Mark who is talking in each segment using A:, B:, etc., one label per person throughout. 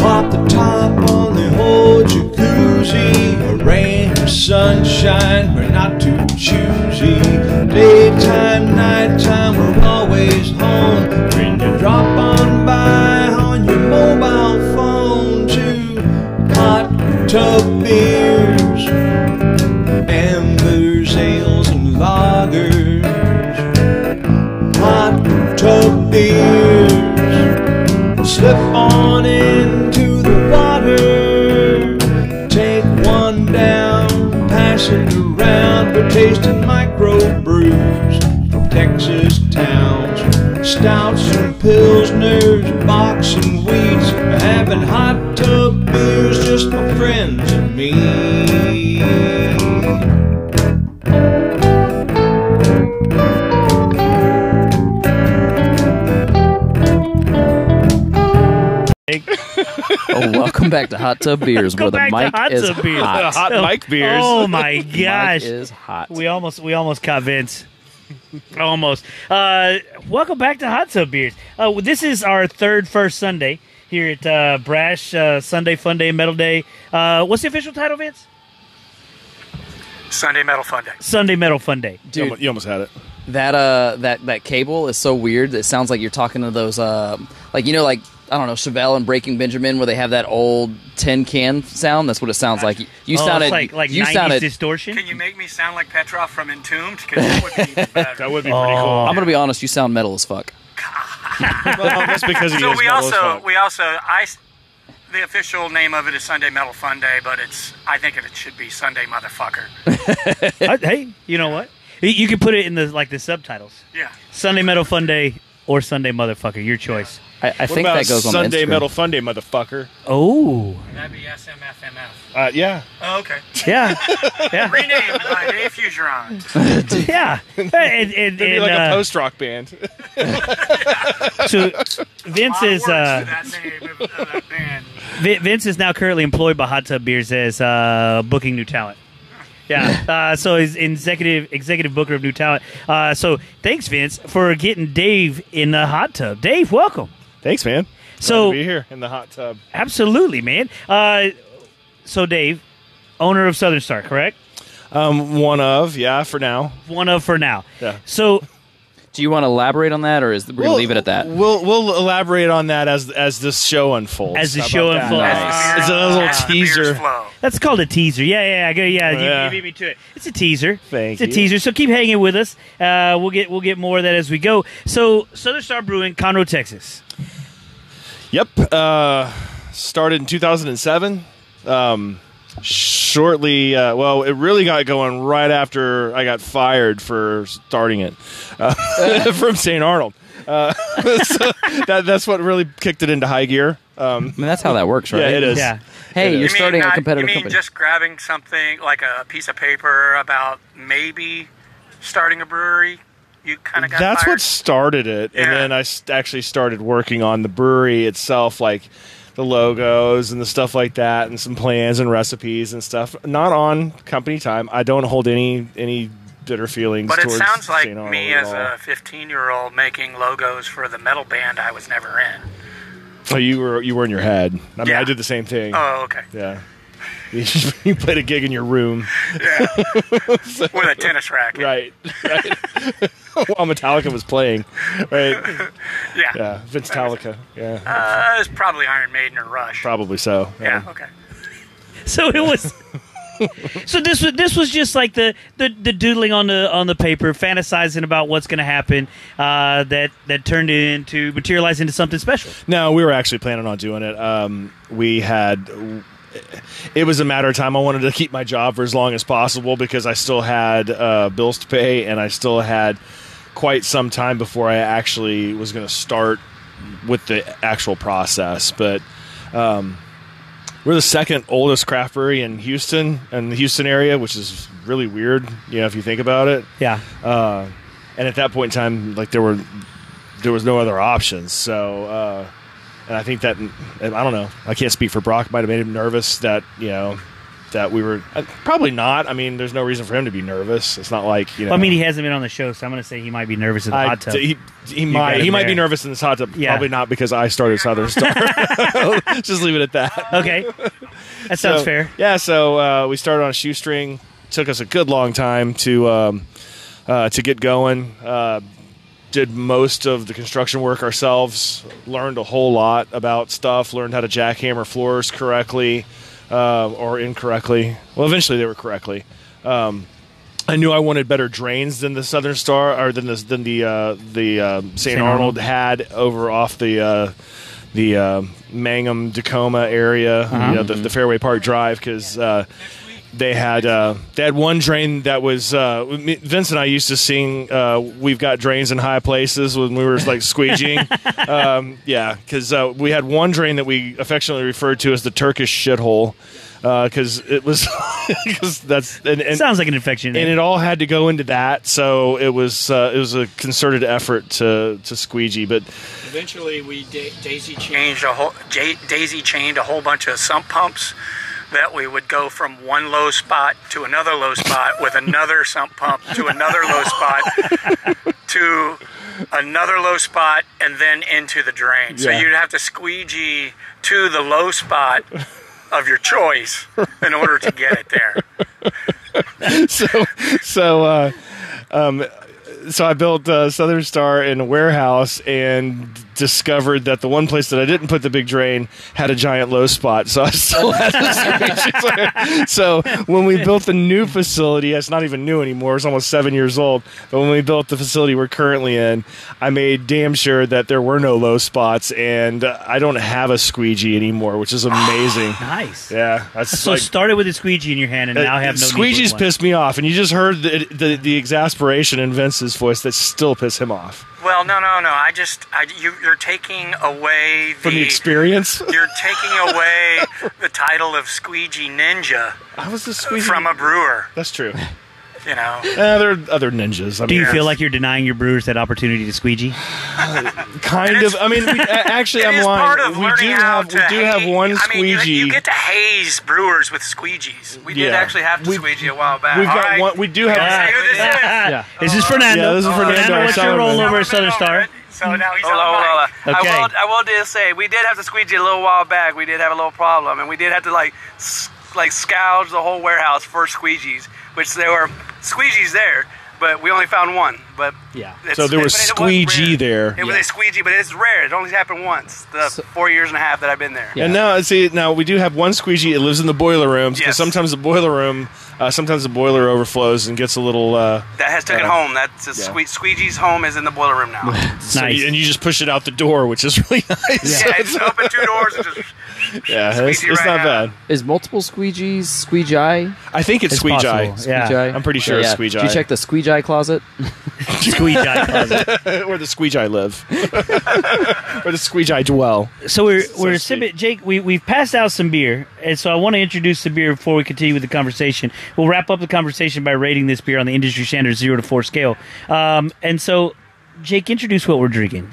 A: Pop the top on the old jacuzzi. A rain or sunshine, we're not too choosy. Daytime, nighttime, we're always home. When you drop on by on your mobile phone, two hot tub beers, ambers, ales, and lagers. Hot tub beers. Slip on into the water. Take one down, pass it around. We're tasting microbrews from Texas towns. Stouts and pilsners, box and weeds. We're having hot tub beers, just my friends and me.
B: Oh, welcome back to Hot Tub Beers, where
C: Welcome back
B: the
C: to
B: mic
C: Hot
B: is
C: Tub Beers.
B: hot.
D: hot mic beers.
C: Oh my
B: The mic
C: gosh.
B: is hot.
C: We almost we almost caught Vince. almost. Uh, welcome back to Hot Tub Beers. Uh, well, this is our third first Sunday here at uh, Brash uh, Sunday Fun Day Metal Day. Uh, what's the official title, Vince?
E: Sunday Metal Fun Day.
C: Sunday Metal Fun Day. Oh,
D: You
B: Dude,
D: almost, you almost had it.
B: that uh, that that cable is so weird. It sounds like you're talking to those uh, like you know, like I don't know, Chevelle and Breaking Benjamin, where they have that old tin can sound. That's what it sounds like. You
C: Oh, it's
B: sounded
C: like like
B: you
C: 90s
B: sounded.
C: distortion.
E: Can you make me sound like Petrov from Entombed? Because that would be even better.
D: That would be pretty cool.
B: I'm gonna be honest. You sound metal as fuck.
D: Well, Oh, that's because he
E: so
D: is
E: we
D: metal as
E: also
D: fuck.
E: we also I s- the official name of it is Sunday Metal Fun Day, but it's I think it should be Sunday Motherfucker.
C: I- Uh, hey, you know what? You- You can put it in the like the subtitles.
E: Yeah.
C: Sunday Metal Fun Day or Sunday Motherfucker, your choice.
B: I, I
D: What
B: think
D: about
B: that goes on the
D: Sunday
B: Instagram.
D: Metal Fun Day, motherfucker.
C: Oh,
E: That'd be SMFMF.
D: Uh, yeah.
E: Oh, okay.
C: yeah, yeah,
E: Renamed by uh, Dave Fugeron.
C: yeah. And, and,
D: It'd be
C: and,
D: like
C: uh,
D: a post rock band.
C: so Vince is uh,
E: that name of, of that band.
C: Vi- Vince is now currently employed by Hot Tub Beers as uh, booking new talent. Yeah, uh, so he's executive executive booker of new talent. Uh, so thanks, Vince, for getting Dave in the hot tub. Dave, welcome.
D: Thanks, man.
C: So
D: Glad to be here in the hot tub.
C: absolutely, man. Uh, so Dave, owner of Southern Star, correct?
D: Um, one of yeah for now.
C: One of for now.
D: Yeah.
C: So
B: Do you want to elaborate on that, or is we're gonna leave it at that?
D: We'll we'll elaborate on that as as this show unfolds.
C: As the
D: How about
C: show
D: that?
C: unfolds.
B: Nice.
D: It's a little
E: As the beers
D: teaser.
E: flow.
C: That's called a teaser. Yeah, yeah, I go, yeah. You,
D: Yeah.
C: you beat me to it. It's a teaser. it's
D: Thank
C: a
D: you.
C: teaser. So keep hanging with us. Uh, we'll get we'll get more of that as we go. So Southern Star Brewing, Conroe, Texas.
D: Yep. Uh, started in 2007. Um, shortly, uh, well, it really got going right after I got fired for starting it uh, from St. Arnold. Uh, so that, that's what really kicked it into high gear. Um,
B: I mean, that's how that works, right?
D: yeah, it is.
C: Yeah.
B: Hey, you're
E: You mean
B: starting
F: uh,
E: not-
B: a competitive
E: You mean
B: company.
E: just grabbing something like a piece of paper about maybe starting a brewery? You kind of got
D: That's
E: fired?
D: what started it, and
E: Yeah.
D: then I s- actually started working on the brewery itself, like the logos and the stuff like that, and some plans and recipes and stuff. Not on company time. I don't hold any any bitter feelings.
E: But it
D: towards
E: sounds like
D: St. Arnold
E: me
D: at
E: as
D: all.
E: a 15 year old making logos for the metal band I was never in.
D: Oh, you were you were in your head. I mean,
E: Yeah.
D: I did the same thing.
E: Oh, okay.
D: Yeah. you played a gig in your room,
E: With a tennis racket.
D: right? Right. While Metallica was playing, right?
E: Yeah.
D: Yeah, Vince Metallica. Yeah,
E: Uh, it was probably Iron Maiden or Rush.
D: probably so.
E: Yeah, okay.
C: So it was. so this was this was just like the, the the doodling on the on the paper, fantasizing about what's going to happen. Uh, that that turned into materialized into something special.
D: No, we were actually planning on doing it. Um, we had. It was a matter of time. I wanted to keep my job for as long as possible because I still had uh, bills to pay, and I still had quite some time before I actually was going to start with the actual process. But um, we're the second oldest craft brewery in Houston and the Houston area, which is really weird, you know, if you think about it.
C: Yeah.
D: Uh, and at that point in time, like there were, there was no other options. So, uh, and I think that I don't know. I can't speak for Brock. Might have made him nervous that you know that we were uh, probably not. I mean, there's no reason for him to be nervous. It's not like you know.
C: Well, I mean, he hasn't been on the show, so I'm going to say he might be nervous in the
D: I-
C: hot tub.
D: He, he might
C: got
D: he
C: him
D: might be
C: there.
D: nervous in this hot tub.
C: Yeah.
D: Probably not because I started Southern Star. Just leave it at that.
C: okay, that sounds
D: So-
C: fair.
D: Yeah, so uh, we started on a shoestring. Took us a good long time to um, uh, to get going. Uh, did most of the construction work ourselves. Learned a whole lot about stuff. Learned how to jackhammer floors correctly uh, or incorrectly. Well, eventually they were correctly. Um, I knew I wanted better drains than the Southern Star or than the than the uh, the uh, St.
C: St. Arnold.
D: Arnold had over off the uh, the uh, Mangum Tacoma area, you know, the, the Fairway Park Drive, because uh, they had uh, they had one drain that was uh, me- Vince and I used to sing. Uh, We've got drains in high places when we were like squeegeeing. um, yeah, because uh, we had one drain that we affectionately referred to as the Turkish shithole. Because it was, because that's and, and
C: sounds like an infection.
D: and it all had to go into that. So it was uh, it was a concerted effort to to squeegee. But
E: Eventually, we da- daisy changed a whole ja daisy chained a whole bunch of sump pumps that we would go from one low spot to another low spot with another sump pump to another low spot to another low spot and then into the drain. So
D: Yeah.
E: you'd have to squeegee to the low spot of your choice in order to get it there.
D: so so uh, um, so I built uh, Southern Star in a warehouse and discovered that the one place that I didn't put the big drain had a giant low spot. So I still had to squeegee. so when we built the new facility, it's not even new anymore. It's almost seven years old. But when we built the facility we're currently in, I made damn sure that there were no low spots, and uh, I don't have a squeegee anymore, which is amazing.
C: nice.
D: Yeah, that's
C: So
D: like- uh,
C: started with a squeegee in your hand, and now I have no. need for
D: Squeegee's
C: one.
D: pissed me off, and you just heard the, the the exasperation in Vince's voice that still piss him off
E: Well, no, no, no. I just I, you, you're taking away
D: from the experience.
E: You're taking away the title of Squeegee Ninja
D: I was the squeegee.
E: from a brewer,
D: That's true.
E: you know.
D: Uh, there are other ninjas. I
C: Do
D: mean,
C: you feel like you're denying your brewers that opportunity to squeegee?
D: kind of. I mean, we, a- actually,
E: It
D: I'm
E: is
D: lying.
E: part of
D: we
E: learning
D: do
E: how
D: have
E: to
D: we do have
E: haze-
D: one
E: I mean,
D: squeegee.
E: you- You, get to haze brewers with squeegees. We did
D: Yeah.
E: actually have to
D: We-
E: squeegee a while back.
D: We've
E: All
D: got
E: right.
D: one. We do have.
E: Can I say who this is?
C: yeah. This is Fernando.
D: Yeah, this is Fernando,
C: Fernando,
D: our
C: what's your
D: Southern
C: role
D: man.
C: over at Southern Star?
E: So now he's
F: Hold on,
E: on
F: hold on,
E: mic.
F: hold on.
C: Okay.
F: I will, I will just say we did have to squeegee a little while back. We did have a little problem, and we did have to like s- like scourge the whole warehouse for squeegees, which there were squeegees there, but we only found one. But
C: Yeah.
F: it's-
D: So there was
F: but it
D: squeegee
F: rare.
D: there.
F: It was
C: Yeah.
F: a squeegee, but it's rare. It only happened once the four years and a half that I've been there.
D: And now, see, now we do have one squeegee. It lives in the boiler room because
F: Yes.
D: sometimes the boiler room, uh, sometimes the boiler overflows and gets a little. Uh,
F: That has took it
D: Yeah.
F: home. That's a
D: Yeah.
F: sque- squeegee's home is in the boiler room now.
D: so
C: Nice.
D: you- and you just push it out the door, which is really nice.
F: yeah, just open two doors and just
D: Yeah, it's,
F: Squeegee
D: it's
F: right
D: not
F: now.
D: bad.
B: Is multiple squeegees squeegee?
D: I think it's,
C: It's
D: squeegee.
C: possible.
B: squeegee?
C: Yeah.
D: I'm pretty sure it's squeegee.
B: Did you check the squeegee closet?
C: Squeegee closet.
D: Where the squeegee live. Where the squeegee dwell.
C: So we're we're
D: sweet.
C: sipping, Jake. We we've passed out some beer, and so I want to introduce the beer before we continue with the conversation. We'll wrap up the conversation by rating this beer on the industry standard zero to four scale. Um, and so, Jake, introduce what we're drinking.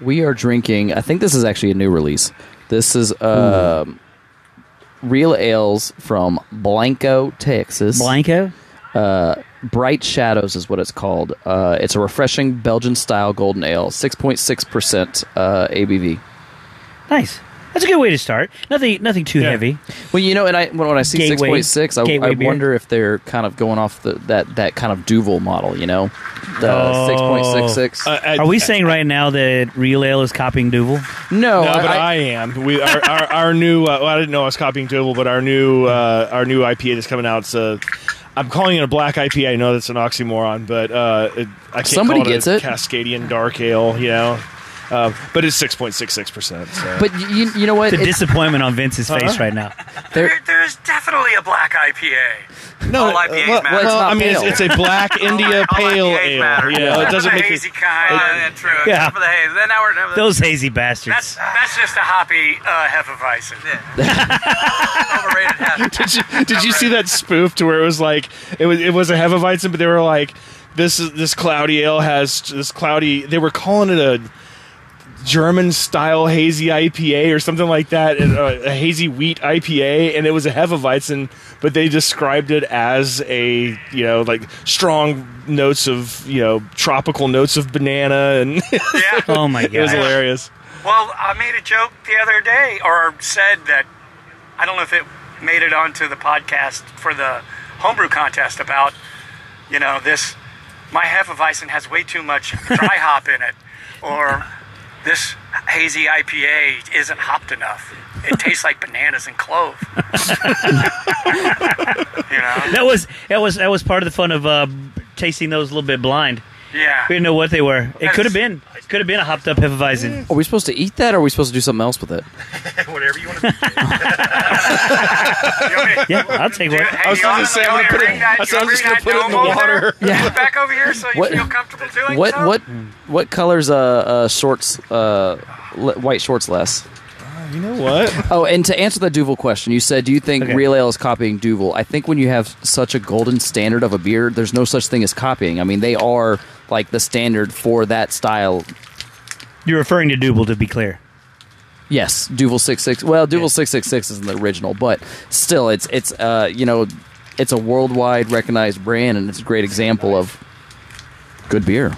B: We are drinking. I think this is actually a new release. This is um real ales from Blanco, Texas.
C: Blanco.
B: Bright Shadows is what it's called. Uh, it's a refreshing Belgian style golden ale, six point six percent uh, ABV.
C: Nice. That's a good way to start. Nothing nothing too
D: Yeah.
C: heavy.
B: Well, you know, and I when, when I see six
C: Gateway-
B: point six, I,
C: gateway
B: I
C: beer.
B: wonder if they're kind of going off the that that kind of Duval model, you know, the
C: Oh.
B: six point six six.
D: Uh,
C: Are we saying Oh, right now that Real Ale is copying Duvel?
B: No,
D: No,
B: I-
D: but
B: I-
D: I, am. We our, our, our new. Uh, well, I didn't know I was copying Doable, but our new uh, our new IPA that's coming out. It's a. I'm calling it a black IPA. I know that's an oxymoron, but uh, it, I can't
B: Somebody
D: call it
B: gets
D: a
B: it.
D: Cascadian dark ale. You know, uh, but it's six point six six percent.
B: But y- you, you know what?
C: The
B: It's-
C: disappointment on Vince's face right now.
B: they're-
E: There- There's definitely a black IPA.
D: No,
E: All IPAs
D: well,
E: matter.
B: Well, it's
D: well,
B: not
D: I mean, it's,
B: pale.
D: it's a black India
F: All
D: pale
F: IPAs
D: ale.
F: matter.
D: You know, it
E: Except
D: doesn't
E: for the
D: make it,
E: hazy kind.
F: yeah, that's true.
C: Yeah.
F: Except for the haze. Then now we're now-
C: Those hazy bastards.
E: That's that's just a hoppy uh, hefeweizen.
F: overrated. half.
D: Did you, did you see that spoof to where it was like it was it was a Hefeweizen, but they were like this is this cloudy ale has this cloudy. They were calling it a German style hazy IPA or something like that, and, uh, a hazy wheat IPA, and it was a Hefeweizen, but they described it as a you know like strong notes of you know tropical notes of banana, and
F: Yeah.
C: Oh my
D: it was
C: god!
D: hilarious.
F: Well, I made a joke the other day, or said that I don't know if it made it onto the podcast for the homebrew contest about you know this. My hefeweizen has way too much dry hop in it, or this hazy IPA isn't hopped enough. It tastes like bananas and clove. you know?
C: That was that was that was part of the fun of uh, tasting those a little bit blind.
F: Yeah.
C: We didn't know what they were. It could have been. It could have been a hopped up Hefeweizen.
B: Are we supposed to eat that, or are we supposed to do something else with it?
G: Whatever you want to
F: You want me to-
C: Yeah, I'll take
F: Dude,
C: one.
F: hey,
D: I was
F: you
D: gonna
F: wanna-
D: say,
F: you
D: I'm
F: wanna
D: gonna put it-
F: bring that-
D: I said,
F: you
D: I'm
F: wanna
D: just
F: bring that
D: gonna put it in the
F: gnome over
D: water.
F: there?
B: Yeah.
F: Put it back over here so you
B: What-
F: feel comfortable doing
B: What
F: so?
B: what
D: Hmm.
B: what colors uh, uh shorts uh le- white shorts less?
D: Uh, You know what?
B: Oh, and to answer the Duvel question, you said, do you think
C: Okay.
B: Real Ale is copying Duvel? I think when you have such a golden standard of a beer, there's no such thing as copying. I mean, they are like the standard for that style.
C: You're referring to Duble to be clear.
B: Yes, Duvel six six. Well, Duvel six six six isn't the original, but still, it's it's uh you know, it's a worldwide recognized brand, and it's a great example of good beer.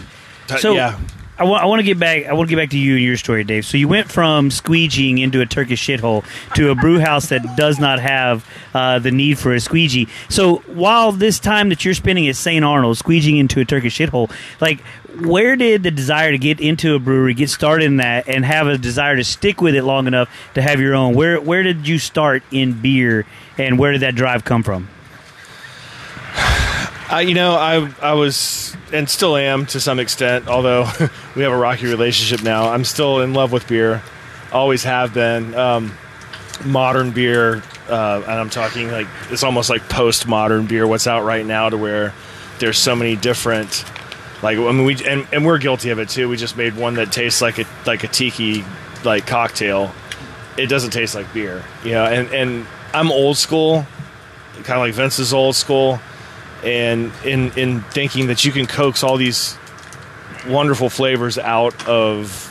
C: So
D: yeah.
C: I want to get back. I want to get back to you and your story, Dave. So you went from squeegeeing into a Turkish shithole to a brew house that does not have uh, the need for a squeegee. So while this time that you're spending at St. Arnold squeegeeing into a Turkish shithole, like where did the desire to get into a brewery get started in that, and have a desire to stick with it long enough to have your own? Where where did you start in beer, and where did that drive come from?
D: I, you know, I I was and still am to some extent, although we have a rocky relationship now. I'm still in love with beer, always have been. Um, modern beer, uh, and I'm talking like it's almost like postmodern beer. What's out right now to where there's so many different. Like I mean, we and, and we're guilty of it too. We just made one that tastes like a like a tiki like cocktail. It doesn't taste like beer, you know. And and I'm old school, kind of like Vince is old school and in in thinking that you can coax all these wonderful flavors out of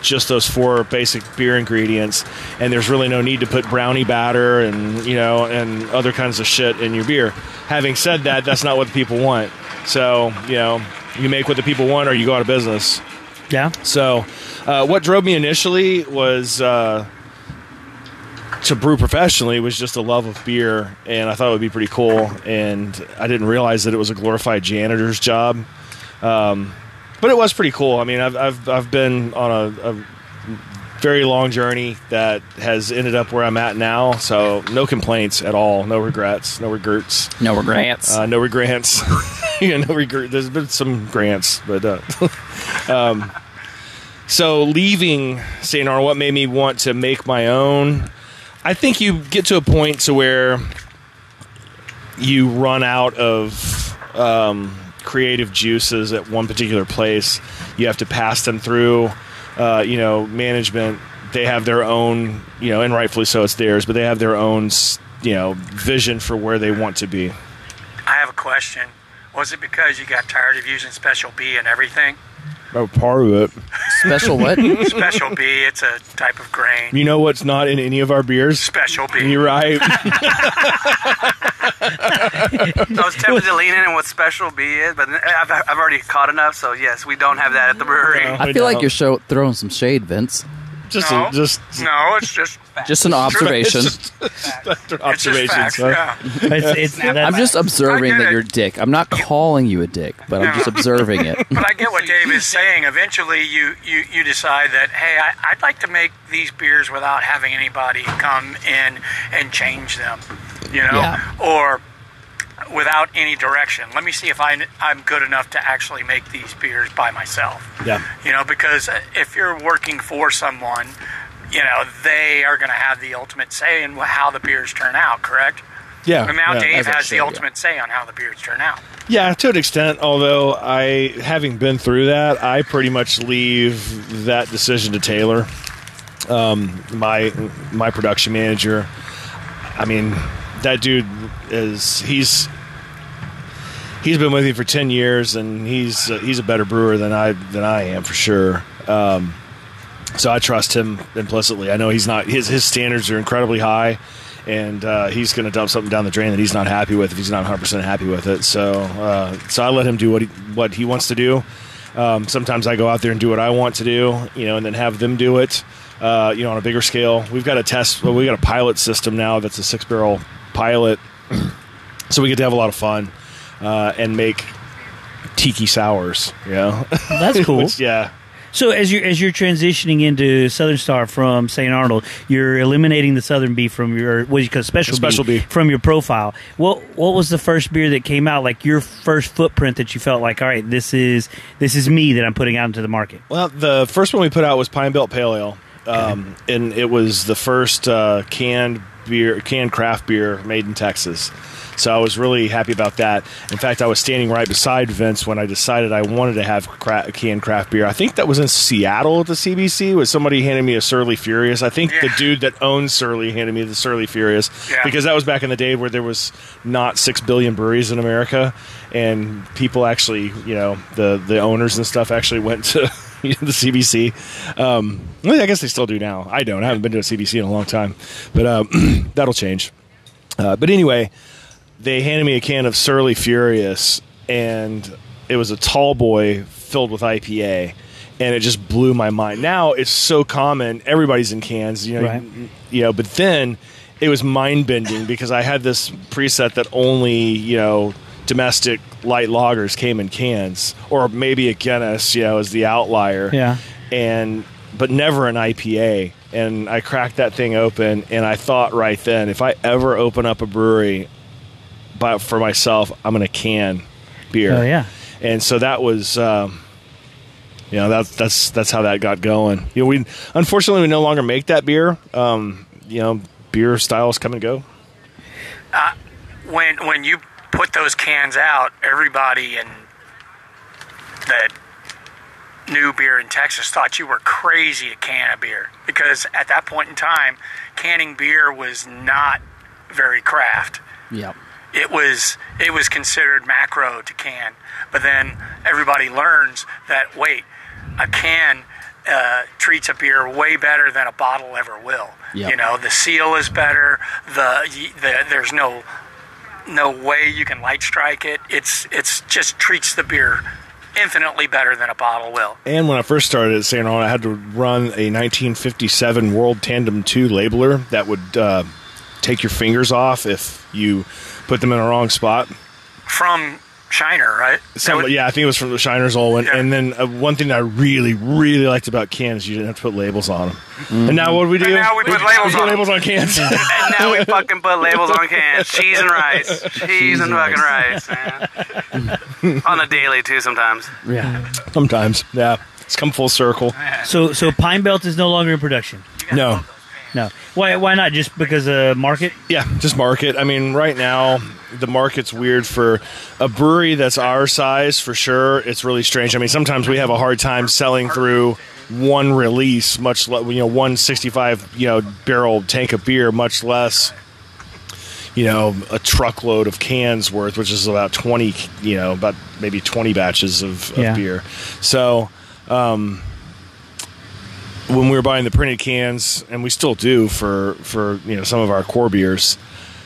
D: just those four basic beer ingredients and there's really no need to put brownie batter and you know and other kinds of shit in your beer having said that that's not what the people want so you know you make what the people want or you go out of business
C: Yeah,
D: so, uh, what drove me initially was uh, to brew professionally was just a love of beer, and I thought it would be pretty cool. And I didn't realize that it was a glorified janitor's job, um, but it was pretty cool. I mean, I've I've, I've been on a, a very long journey that has ended up where I'm at now. So, no complaints at all, no regrets, no regrets.
B: No regrets.
D: Uh, no regrets. yeah, no regret. There's been some grants, but uh, um, so leaving Saint Arnold, what made me want to make my own? I think you get to a point to where you run out of um, creative juices at one particular place. You have to pass them through, uh, you know, management. They have their own, you know, and rightfully so, it's theirs, but they have their own, s- you know, vision for where they want to be.
F: I have a question. Was it because you got tired of using Special B and everything?
D: Oh, part of it.
B: Special what?
F: Special B, it's a type of grain.
D: You know what's not in any of our beers?
F: Special B.
D: You're right.
H: I was tempted to lean in on what special B is, but I've, I've already caught enough. So yes, we don't have that at the brewery.
D: No.
B: I feel like
D: No.
B: you're show, throwing some shade, Vince.
D: Just,
F: No.
D: just,
F: No, it's just
B: Just an observation.
D: It's just-
F: It's just
D: observations.
F: facts,
D: huh?
F: yeah.
C: it's, it's,
B: I'm just observing
F: I get
B: that
F: it.
B: you're a dick. I'm not calling you a dick, but I'm just
F: No.
B: observing it.
F: But I get what Dave is saying. Eventually, you, you, you decide that, hey, I, I'd like to make these beers without having anybody come in and change them, you know,
B: Yeah.
F: or without any direction. Let me see if I, I'm good enough to actually make these beers by myself.
D: Yeah.
F: You know, because uh, if you're working for someone, you know, they are going to have the ultimate say in how the beers turn out, correct?
D: Yeah.
F: And now
D: yeah.
F: Dave
B: as I
F: has
B: should,
F: the
B: Oh, yeah.
F: ultimate say on how the beers turn out.
D: Yeah, to an extent. Although I, having been through that, I pretty much leave that decision to Taylor, um, my my production manager. I mean, that dude is he's he's been with me for ten years, and he's uh, he's a better brewer than I than I am for sure. Um, So I trust him implicitly. I know he's not his his standards are incredibly high, and uh, he's going to dump something down the drain that he's not happy with if he's not 100 percent happy with it. So uh, so I let him do what he what he wants to do. Um, sometimes I go out there and do what I want to do, you know, and then have them do it, uh, you know, on a bigger scale. We've got a test, well, we got a pilot system now that's a six barrel pilot, so we get to have a lot of fun uh, and make tiki sours, you know.
C: That's cool.
D: Which, yeah.
C: So as you're as you're transitioning into Southern Star from St. Arnold, you're eliminating the Southern B from your what do you call it, special
D: Special
C: B,
D: B.
C: from your profile. What what was the first beer that came out? Like your first footprint that you felt like, all right, this is this is me that I'm putting out into the market.
D: Well, the first one we put out was Pine Belt Pale Ale, um, and it was the first uh, canned beer, canned craft beer made in Texas. So I was really happy about that. In fact, I was standing right beside Vince when I decided I wanted to have cra- canned craft beer. I think that was in Seattle at the CBC. Was somebody handed me a Surly Furious? I think the
F: Yeah.
D: dude that owns Surly handed me the Surly Furious
F: Yeah.
D: because that was back in the day where there was not six billion breweries in America, and people actually, you know, the the owners and stuff actually went to you know, the CBC. Um, well, I guess they still do now. I don't. I haven't been to a CBC in a long time, but um, that'll change. Uh, but anyway, they handed me a can of Surly Furious, and it was a tall boy filled with IPA, and it just blew my mind. Now it's so common; everybody's in cans, you know.
C: Right.
D: You know, but then it was mind bending because I had this preset that only you know domestic light lagers came in cans, or maybe a Guinness, you know, as the outlier
C: Yeah.
D: and but never an IPA. And I cracked that thing open, and I thought right then, if I ever open up a brewery, by, for myself, I'm gonna can beer.
C: Oh, yeah.
D: And so that was, um, you know, that's that's that's how that got going. You know, we unfortunately we no longer make that beer. Um, you know, beer styles come and go.
E: when when you put those cans out, everybody in that new beer in Texas thought you were crazy to can a beer because at that point in time, canning beer was not very craft
B: Yeah.
E: it was it was considered macro to can, but then everybody learns that wait, a can uh, treats a beer way better than a bottle ever will.
B: Yeah.
E: You know, the seal is better. The, the there's no no way you can light strike it. It's it's just treats the beer infinitely better than a bottle will.
D: And when I first started at St. Arnold, I had to run a 1957 World Tandem 2 labeler that would uh, take your fingers off if you put them in the wrong spot.
E: From Shiner, right?
D: Some,
E: That would-
D: yeah, I think it was from the Shiners all went.
E: Yeah.
D: And then uh, one thing that I really, really liked about cans, you didn't have to put labels on them. And now what do we do?
F: now we put labels on 'em.
D: labels on cans.
F: And now we fucking put labels on cans. Cheese and rice. Cheese, and
B: and
F: fucking rice. man. on a daily, too, sometimes.
B: Yeah.
D: Sometimes, yeah, it's come full circle.
C: So so Pine Belt is no longer in production.
D: No,
C: No, why why not? Just because of market?
D: Yeah, just market. I mean, right now the market's weird for a brewery that's our size for sure. It's really strange. I mean, sometimes we have a hard time selling through one release, much less you know one sixty-five you know barrel tank of beer, much less you know a truckload of cans worth, which is about twenty you know about maybe twenty batches of, of
C: Yeah.
D: beer. So when we were buying the printed cans, and we still do for for you know some of our core beers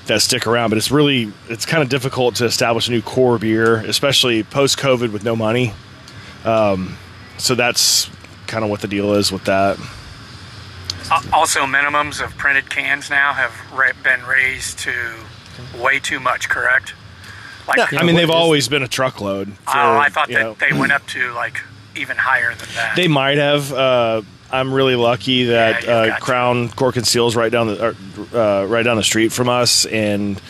D: that stick around, but it's really it's kind of difficult to establish a new core beer, especially post COVID with no money. Um, so that's kind of what the deal is with that.
E: Al- Uh, Also, minimums of printed cans now have ra- been raised to way too much. Correct? Like,
D: I mean, they've always been a truckload. For,
E: oh, I thought
D: you
E: that
D: know-
E: they went up to like even higher than that.
D: They might have. Uh, I'm really lucky that
E: Yeah, you've
D: uh,
E: got to.
D: Crown Cork and Seals right down the uh, right down the street from us, and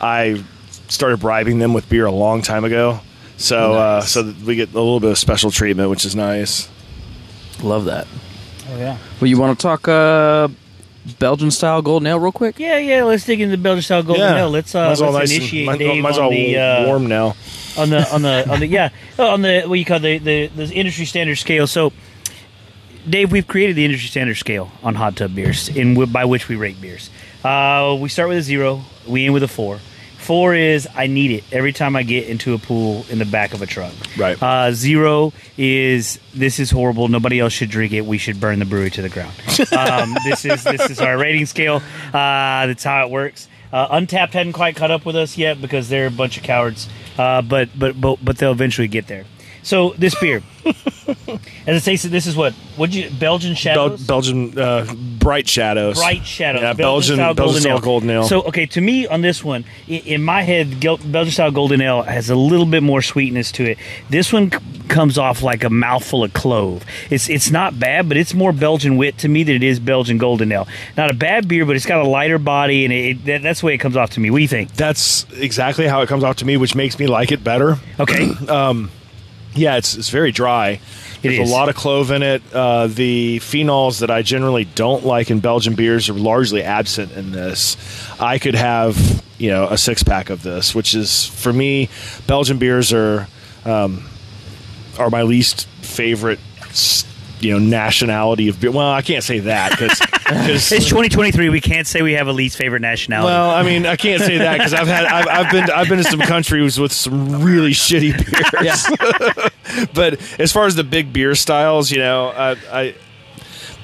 D: I started bribing them with beer a long time ago. So uh,
B: Nice.
D: so that we get a little bit of special treatment, which is nice.
B: Love that.
C: Oh yeah.
B: Well, you want to talk uh, Belgian style golden ale real quick?
C: Yeah, yeah. Let's dig into Belgian style golden
D: yeah,
C: ale. Let's uh,
D: Might
C: let's
D: as well nice and-
C: initiate
D: might-
C: Dave
D: might as
C: on
D: well
C: the uh,
D: warm now.
C: on the on the on the yeah Oh, on the what you call the, the the industry standard scale. So, Dave, we've created the industry standard scale on hot tub beers, in whi- by which we rate beers. Uh, we start with a zero, we end with a four. Four is I need it every time I get into a pool in the back of a truck.
D: Right.
C: Uh, zero is this is horrible. Nobody else should drink it. We should burn the brewery to the ground. um, this is this is our rating scale. Uh, that's how it works. Uh, Untapped hadn't quite caught up with us yet because they're a bunch of cowards. Uh, but but but but they'll eventually get there. So this beer, as it tastes, this is what would you Belgian
D: Bel-
C: shadows.
D: Belgian uh, bright shadows.
C: Bright shadows.
D: Yeah, Belgian
C: style
D: Belgian, style golden ale.
C: So okay, to me on this one, i- in my head, Gel- Belgian style golden ale has a little bit more sweetness to it. This one c- comes off like a mouthful of clove. It's it's not bad, but it's more Belgian wit to me than it is Belgian golden ale. Not a bad beer, but it's got a lighter body, and it, it, that, that's the way it comes off to me. What do you think?
D: that's exactly how it comes off to me, which makes me like it better.
C: Okay,
D: Yeah, it's it's very dry. There's
C: is.
D: a lot of clove in it. Uh, the phenols that I generally don't like in Belgian beers are largely absent in this. I could have you know a six pack of this, which is for me, Belgian beers are um, are my least favorite. s- You know, nationality of beer. Well, I can't say that because
C: it's 2023. We can't say we have a least favorite nationality.
D: Well, I mean, I can't say that because I've had I've, I've been I've been to some countries with some really shitty beers. but as far as the big beer styles, you know, I, I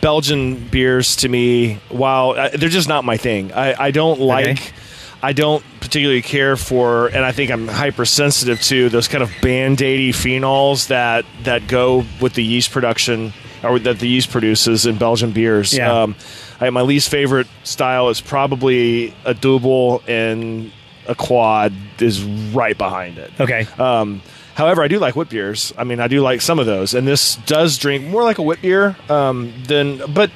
D: Belgian beers to me, while I, they're just not my thing. I, I don't like. I don't particularly care for, and I think I'm hypersensitive to those kind of band-aidy phenols that that go with the yeast production or that the yeast produces in Belgian beers.
C: Yeah.
D: Um, I, my least favorite style is probably a double, and a quad is right behind it.
C: okay.
D: Um, however, I do like whip beers. I mean, I do like some of those, and this does drink more like a whip beer um, than. But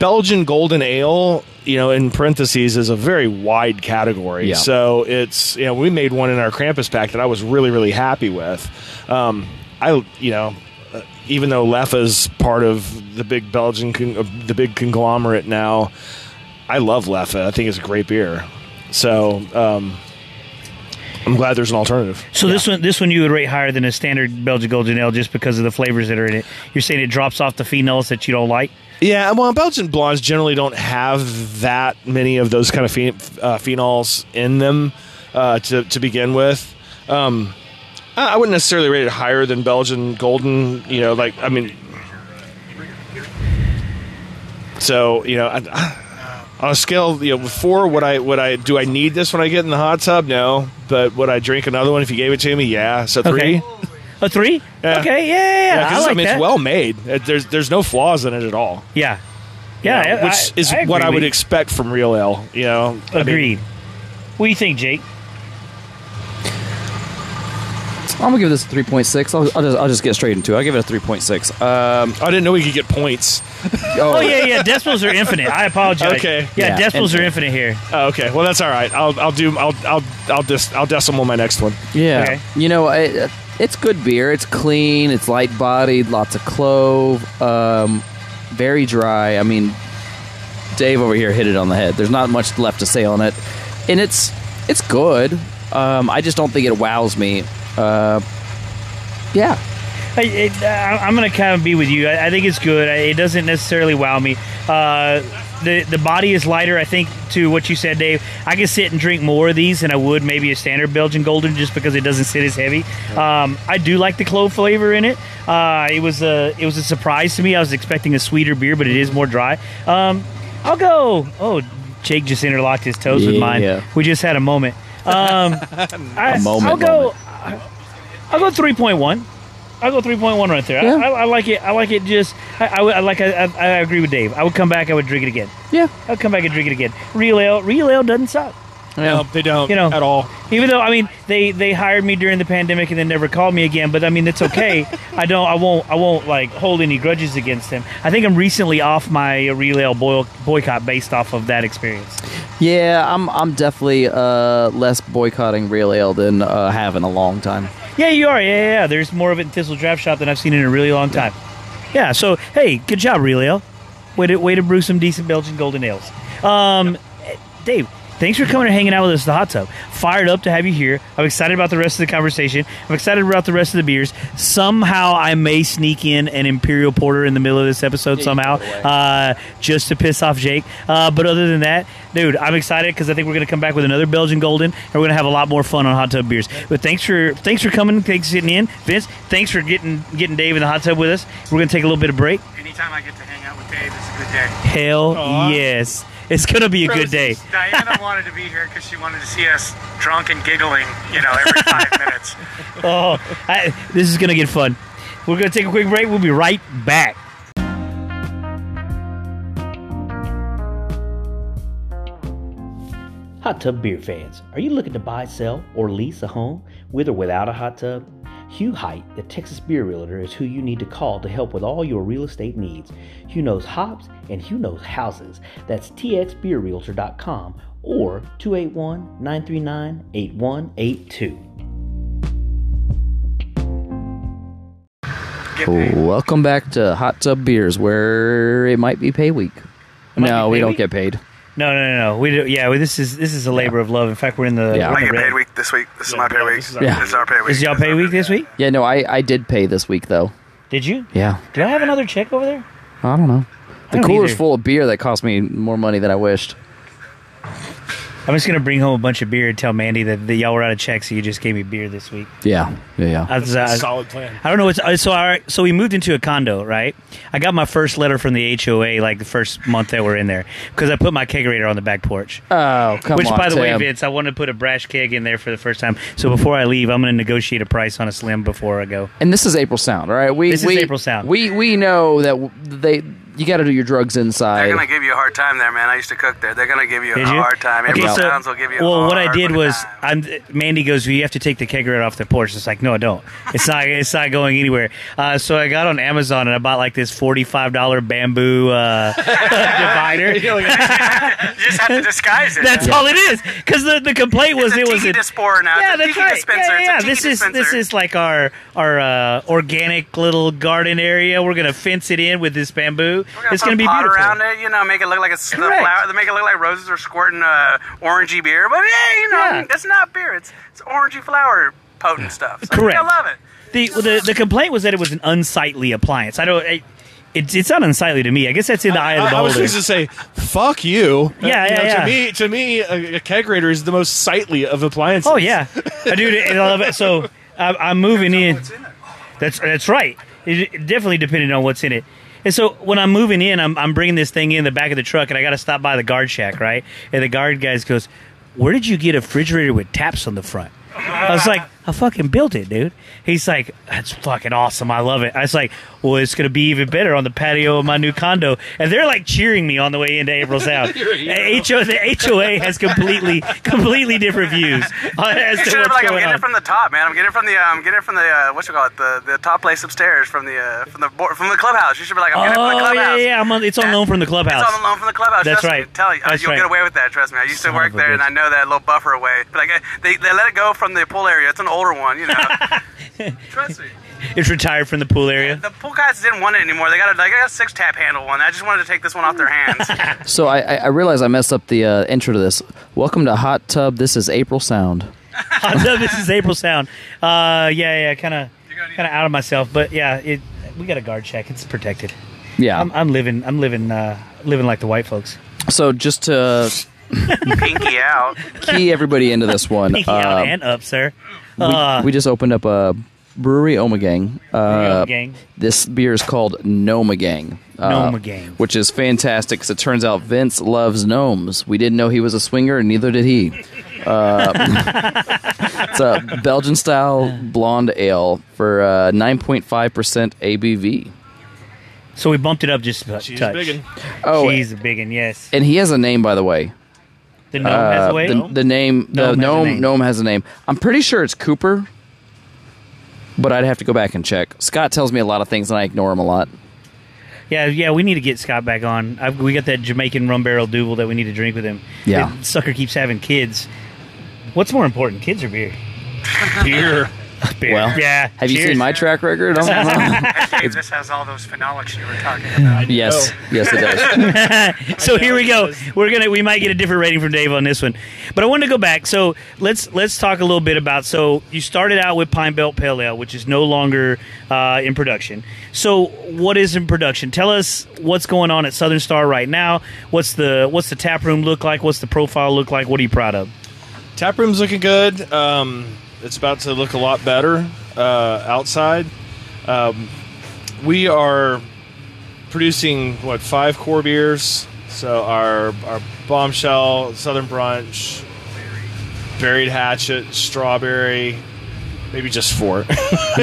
D: Belgian golden ale, you know, in parentheses, is a very wide category.
B: Yeah.
D: So it's you know we made one in our Krampus pack that I was really really happy with. Um, I you know. uh, Even though Leffa's part of the big Belgian, con- uh, the big conglomerate now, I love Leffa. I think it's a great beer. So um, I'm glad there's an alternative.
C: So this one, this one you would rate higher than a standard Belgian Golden Ale just because of the flavors that are in it. You're saying it drops off the phenols that you don't like.
D: Yeah, well, Belgian blondes generally don't have that many of those kind of phen- uh, phenols in them uh, to, to begin with. Um, I I wouldn't necessarily rate it higher than Belgian golden. You know, like I mean, so you know, I, on a scale you know four, would I would I do I need this when I get in the hot tub? No, but would I drink another one if you gave it to me? Yeah, so three.
C: Okay. A three?
D: Yeah.
C: Okay, yeah, yeah, yeah.
D: 'cause
C: I
D: it's-
C: like
D: mean,
C: that.
D: it's well made. Uh, There's there's no flaws in it at all.
C: yeah, yeah, I-
D: which
C: I-
D: is
C: I
D: what
C: agree
D: I would
C: with you.
D: expect from real ale. You know, I mean,
C: Agreed. what do you think, Jake?
B: I'm gonna give this a 3.6. I'll, I'll just I'll just get straight into it. I'll give it a 3.6. Um,
D: I didn't know we could get points.
B: oh,
C: Oh yeah, yeah. Decimals are infinite. I apologize.
D: Okay.
C: Yeah,
B: Yeah,
C: decimals are infinite here.
D: Oh, okay, well that's all right. I'll I'll do I'll I'll I'll just I'll decimal my next one.
B: Yeah.
C: Okay.
B: You know, I, uh, it's good beer. It's clean. It's light bodied. Lots of clove. Um, very dry. I mean, Dave over here hit it on the head. There's not much left to say on it, and it's it's good. Um, I just don't think it wows me. Uh, yeah.
C: I, it, I, I'm going to kind of be with you. I, I think it's good. I, it doesn't necessarily wow me. Uh, the the body is lighter, I think, to what you said, Dave. I could sit and drink more of these than I would maybe a standard Belgian Golden, just because it doesn't sit as heavy. Um, I do like the clove flavor in it. Uh, it was a it was a surprise to me. I was expecting a sweeter beer, but it is more dry. Um, I'll go. Oh, Jake just interlocked his toes with
B: Yeah.
C: mine. We just had a moment. Um, I,
B: moment,
C: I'll go.
B: moment.
C: I'll go three point one. I'll go three point one right there.
B: Yeah.
C: I, I, I like it. I like it. Just I, I, would- I like. I, I, I agree with Dave. I would come back. I would drink it again.
B: Yeah.
C: I would come back and drink it again. Real ale. Real ale doesn't suck.
B: Yeah.
D: No, they don't
C: You know.
D: at all.
C: Even though I mean they they hired me during the pandemic and then never called me again. But I mean it's okay. I don't. I won't. I won't like hold any grudges against them. I think I'm recently off my real ale boil, boycott based off of that experience.
B: yeah. I'm I'm definitely uh, less boycotting real ale than uh, have in a long time.
C: Yeah, you are. Yeah, yeah, yeah. There's more of it in Thistle Draft Shop than I've seen in a really long time. Yeah. so, hey, good job, Relio. Way to, way to brew some decent Belgian Golden Ales. Um, eh, Dave, thanks for coming and hanging out with us at the hot tub. Fired up to have you here. I'm excited about the rest of the conversation. I'm excited about the rest of the beers. Somehow I may sneak in an Imperial Porter in the middle of this episode somehow, uh, just to piss off Jake. Uh, but other than that, dude, I'm excited because I think we're going to come back with another Belgian Golden, and we're going to have a lot more fun on hot tub beers. But thanks for thanks for coming, thanks for getting in, Vince. Thanks for getting getting Dave in the hot tub with us. We're going to take a little bit of break.
E: Anytime I get to hang out with Dave, it's a good day.
C: Hell yes, it's going to be a good day.
E: Roses. Diana wanted to be here because she wanted to see us drunk and giggling, you know, every five minutes.
C: Oh, I, this is going to get fun. We're going to take a quick break. We'll be right back.
I: Hot tub beer fans, are you looking to buy, sell, or lease a home with or without a hot tub? Hugh Height, the Texas beer realtor, is who you need to call to help with all your real estate needs. Hugh knows hops and Hugh knows houses. That's txbeerrealtor.com or 281 939 8182.
E: Get paid.
B: Welcome back to Hot Tub Beers, where it might be pay week.
C: might
B: no,
C: be
B: we
C: pay
B: don't
C: week?
B: get paid.
C: No, no, no, no. We do, yeah. well, This is this is a labor of love. In fact, we're in the.
B: Yeah.
C: we're in
B: I
E: I
C: the
E: get
C: red.
E: paid week this week. This is my pay
D: no,
E: week.
D: this is our-
B: Yeah.
E: This is our pay week.
C: Is y'all pay week this week?
B: Yeah, no, I, I did pay this week though.
C: Did you?
B: Yeah,
C: Do I have another check over there?
B: I don't know. The
C: don't
B: cooler's
C: either.
B: full of beer that cost me more money than I wished.
C: I'm just gonna bring home a bunch of beer and tell Mandy that, that y'all were out of checks, so you just gave me beer this week.
B: Yeah, yeah, yeah.
C: I, was, uh,
D: Solid plan.
C: I don't know. It's, uh, so I, so we moved into a condo, right? I got my first letter from the HOA like the first month that we're in there because I put my kegerator on the back porch.
B: Oh, come
C: Which,
B: on.
C: by the way,
B: Tim.
C: Vince, I want to put a brash keg in there for the first time. So before I leave, I'm going to negotiate a price on a slim before I go.
B: and this is April Sound, all right? We,
C: This is
B: we,
C: April Sound.
B: We we know that w- they you got to do your drugs inside.
F: They're gonna give you a hard time there, man. I used to cook there. They're gonna give you
C: Did
F: a
C: you?
F: hard time.
C: Okay,
F: April
C: so-
F: Sounds will give you.
C: well,
F: a
C: what I
F: hard
C: did was,
F: time.
C: I'm, Mandy goes, well, "You have to take the kegerator off the porch." It's like, no, I don't. It's not. It's not going anywhere. Uh, so I got on Amazon and I bought like this forty-five dollar bamboo uh, divider.
E: You just have to disguise it.
C: That's all it is. Because the, the complaint was
F: it's a
C: it was
F: tiki
C: a
F: dispenser now.
C: yeah,
F: it's a
C: that's
F: tiki
C: right.
F: dispenser.
C: Yeah,
F: It's a
C: yeah,
F: tiki
C: this is
F: dispenser.
C: this is like our our uh, organic little garden area. We're gonna fence it in with this bamboo.
F: We're gonna
C: it's
F: put
C: gonna
F: a
C: be
F: pot
C: beautiful.
F: around it, you know, make it look like it's the
C: Correct.
F: flower. They make it look like roses are squirting uh, orangey beer, but yeah, you know,
C: Yeah.
F: it's not beer. It's it's orangey flower potent stuff. So
C: Correct.
F: I love it.
C: The, the the complaint was that it was an unsightly appliance. I don't. I, it, it's not unsightly to me. I guess that's in the eye of the
D: I, I was
C: beholder.
D: just to say, fuck you.
C: Yeah,
D: Uh, you
C: yeah,
D: know,
C: yeah.
D: To me, to me, a, a kegerator is the most sightly of appliances.
C: Oh yeah, I do. And I love it. So I, I'm moving in. That's that's right. It, it definitely depending on what's in it. And so when I'm moving in, I'm, I'm bringing this thing in the back of the truck, and I got to stop by the guard shack, right? And the guard guys goes, "Where did you get a refrigerator with taps on the front?" I was like, "I fucking built it, dude." He's like, "That's fucking awesome. I love it." I was like, "Well, it's gonna be even better on the patio of my new condo." And they're like cheering me on the way into April Sound. HO, the HOA has completely completely different views as to
F: You should have
C: what's
F: been like, I'm
C: going
F: getting
C: on.
F: it from the top, man. I'm getting it from the, uh, I'm getting it from the, uh, what you call it, the, the top place upstairs from the, uh, from the board, from the clubhouse. You should be like, I'm getting it from the
C: Oh yeah,
F: clubhouse.
C: yeah, I'm on, it's on loan from the clubhouse.
F: It's on loan from the clubhouse.
C: That's
F: trust Me,
C: right.
F: tell you, uh,
C: That's
F: you'll
C: right.
F: get away with that. Trust me. I used
C: Son
F: to work
C: of a
F: there, and
C: bitch.
F: I know that little buffer away. But like, uh, they, they let it go from the pool area. It's an older one, you know. trust me.
C: It's retired from the pool area.
F: The pool guys didn't want it anymore. They got a, they got a six tap handle one. I just wanted to take this one off their hands.
B: So I, I, I realize I messed up the uh, intro to this. Welcome to Hot Tub. This is April Sound.
C: I know this is April Sound. Uh, yeah, yeah, kind of, kind of out of myself, but yeah, it. We got a guard check. It's protected.
B: Yeah.
C: I'm, I'm living. I'm living. Uh, living like the white folks.
B: so just to
F: Pinky out.
B: key everybody into this one,
C: Pinky
B: uh,
C: out and up, sir. Uh,
B: we just opened up a brewery Omegang. Uh,
C: Omegang.
B: This beer is called Gnomegang. Uh,
C: Gnomegang.
B: Which is fantastic because it turns out Vince loves gnomes. We didn't know he was a swinger, and neither did he. Uh, it's a Belgian style blonde ale for uh, 9.5% ABV.
C: so we bumped it up just a
D: She's
C: touch.
D: biggin'.
B: Oh,
C: She's a big one. Yes.
B: and he has a name, by the way.
C: The gnome has
B: Uh,
C: a way.
B: the, the name, the
C: Gnome has a
B: gnome,
C: name.
B: gnome has a name. I'm pretty sure it's Cooper, but I'd have to go back and check. Scott tells me a lot of things, and I ignore him a lot.
C: Yeah, yeah, we need to get Scott back on. i we got that Jamaican rum barrel duvel that we need to drink with him.
B: Yeah.
C: That sucker keeps having kids. What's more important, kids or beer?
D: Beer.
C: Beer.
B: Well,
C: yeah.
B: Have you
C: cheers.
B: seen my track record? I don't know.
E: Dave, this has all those phenolics you were talking about.
B: yes, yes, it does.
C: so here we go. We're gonna we might get a different rating from Dave on this one, but I wanted to go back. So let's let's talk a little bit about. So you started out with Pine Belt Pale Ale, which is no longer uh, in production. So what is in production? Tell us what's going on at Southern Star right now. What's the what's the tap room look like? What's the profile look like? What are you proud of?
D: Tap room's looking good. Um, it's about to look a lot better uh, outside. Um, we are producing what five core beers. So our our bombshell, southern brunch, buried hatchet, strawberry, maybe just four.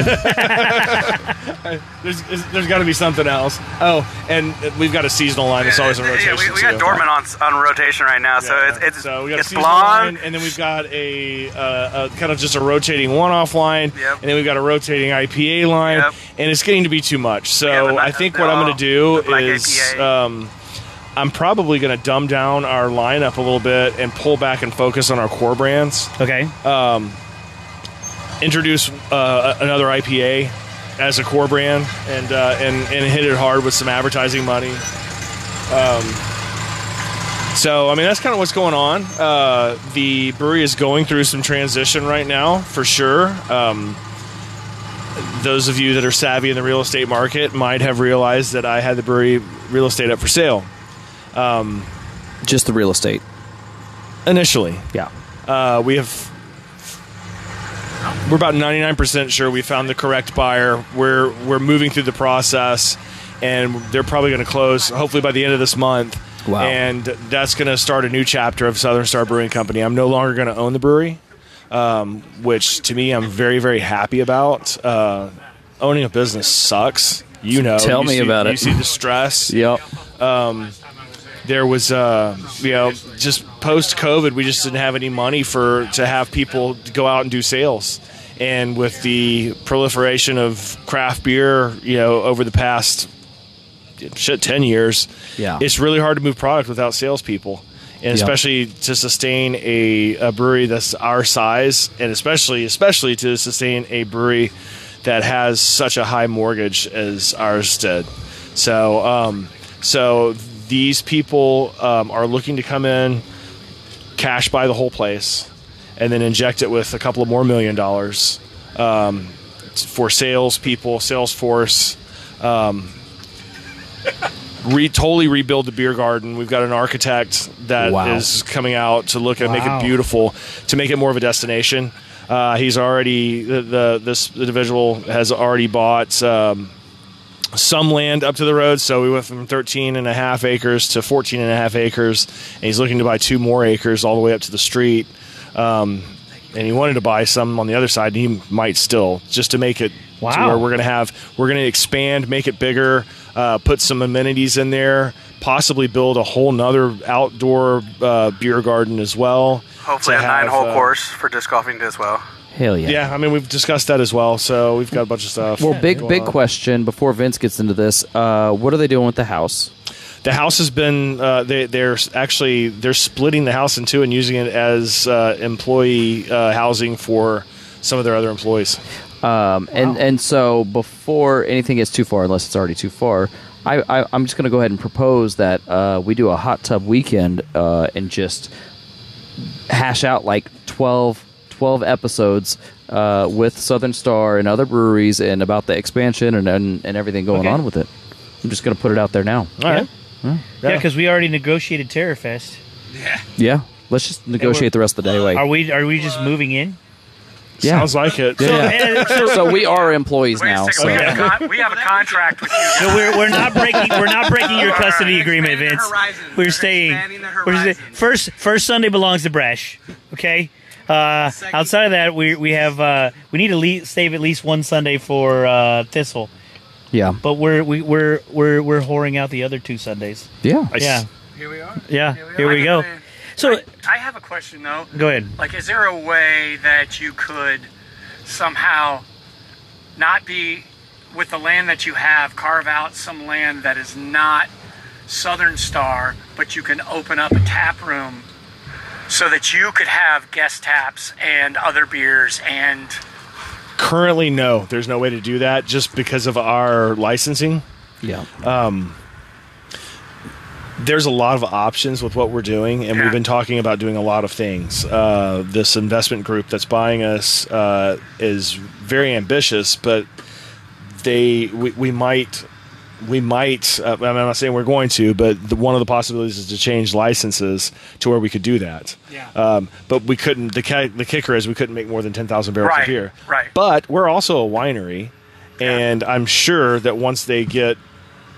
D: there's there's got to be something else. Oh, and we've got a seasonal line that's always in rotation.
F: Yeah, we, we
D: too.
F: got Dorman on, on rotation right now, so
D: Yeah.
F: it's it's,
D: So we got
F: it's
D: a seasonal
F: blonde.
D: line, and then we've got a, uh, a kind of just a rotating one-off line,
F: Yep.
D: and then we've got a rotating IPA line,
F: Yep.
D: and it's getting to be too much.
F: Yeah,
D: So
F: the-
D: I think
F: the-
D: what I'm going
F: uh,
D: to do
F: the black
D: is
F: IPA.
D: um, I'm probably going to dumb down our lineup a little bit and pull back and focus on our core brands.
C: Okay.
D: Introduce uh, a- another IPA as a core brand, and uh, and and hit it hard with some advertising money. Um, So, I mean, that's kind of what's going on. Uh, the brewery is going through some transition right now, for sure. Um, those of you that are savvy in the real estate market might have realized that I had the brewery real estate up for sale
B: Just the real estate.
D: initially.
B: Yeah.
D: Uh, we have. We're about 99% sure we found the correct buyer. We're we're moving through the process, and they're probably going to close hopefully by the end of this month.
B: Wow.
D: And that's going to start a new chapter of Southern Star Brewing Company. I'm no longer going to own the brewery, um, which to me I'm very very happy about. Uh, owning a business sucks. You know.
B: Tell
D: You
B: me
D: see-
B: about it.
D: You see the stress
B: Yep.
D: there was uh you know just post covid we just didn't have any money for to have people go out and do sales and with the proliferation of craft beer you know over the past shit 10 years
B: Yeah.
D: it's really hard to move product without salespeople and especially to sustain a, a brewery that's our size and especially especially to sustain a brewery that has such a high mortgage as ours did so um, so these people um, are looking to come in cash buy the whole place and then inject it with a couple of more million dollars um, for sales people sales force re- totally rebuild the beer garden. We've got an architect that is
B: Wow.
D: coming out to look at make
C: Wow.
D: it beautiful, to make it more of a destination. Uh, he's already the, the this individual has already bought um, some land up to the road so we went from 13 and a half acres to 14 and a half acres and he's looking to buy two more acres all the way up to the street um, and he wanted to buy some on the other side and he might still just to make it to
C: Wow.
D: where we're going to have we're going to expand make it bigger uh, put some amenities in there possibly build a whole nother outdoor uh, beer garden as well
F: Hopefully,
D: to
F: a
D: have,
F: nine-hole
D: uh,
F: course for disc golfing as well.
B: Hell yeah.
D: yeah i mean we've discussed that as well so we've got a bunch of stuff
B: Well, big
D: going
B: big
D: on.
B: question before Vince gets into this. Uh, what are they doing with the house?
D: The house has been uh, they they're s- actually they're splitting the house in two and using it as uh, employee uh, housing for some of their other employees.
B: Um, and and so before anything gets too far, unless it's already too far, I, I I'm just gonna go ahead and propose that uh, we do a hot tub weekend uh, and just hash out like 12, 12 episodes uh, with Southern Star and other breweries and about the expansion and and, and everything going
C: Okay.
B: on with it. I'm just gonna put it out there now.
D: All right.
C: Yeah, because we already negotiated Terror Fest.
B: Yeah, let's just negotiate the rest of the day away.
C: Are we are we just moving in?
B: yeah.
D: Sounds like it.
B: yeah.
C: And so
B: so we are employees
E: Wait a
B: now.
E: second,
B: So.
E: we, have a con- we have a contract with you.
C: No, we're, we're not breaking we're not breaking your
F: All right.
C: custody agreement,
F: Expanding
C: Vince.
F: the horizon.
C: We're
F: They're
C: staying.
F: expanding the
C: We're
F: horizon.
C: first first Sunday belongs to Brash. Okay. Uh, outside of that, we we have uh, we need to le- save at least one Sunday for uh, Thistle,
B: Yeah,
C: but we're we, we're we're we're whoring out the other two Sundays.
B: yeah.
D: I s-
C: Yeah,
F: Here we are.
C: yeah.
F: Here we
C: Here
F: are.
C: we go. So
E: I have a question though.
C: go ahead.
E: Like, is there a way that you could somehow not be with the land that you have, carve out some land that is not Southern Star, but you can open up a tap room so that you could have guest taps and other beers and
D: Currently, no. There's no way to do that just because of our licensing.
B: Yeah.
D: uh, there's a lot of options with what we're doing, and
F: Yeah.
D: we've been talking about doing a lot of things. Uh, this investment group that's buying us uh, is very ambitious, but they we, we might we might uh, I mean, I'm not saying we're going to, but the, one of the possibilities is to change licenses to where we could do that.
F: Yeah.
D: Um, but we couldn't. The, ki- the kicker is we couldn't make more than ten thousand barrels
F: Right,
D: a year.
F: right.
D: But we're also a winery, and I'm sure that once they get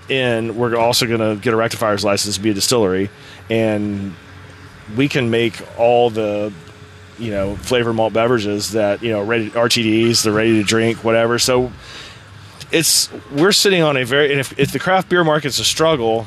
D: in, we're also going to get a rectifier's license to be a distillery, and we can make all the you know flavor malt beverages that you know ready RTDs, the ready to drink, whatever. So it's we're sitting on a very and if, if the craft beer market's a struggle.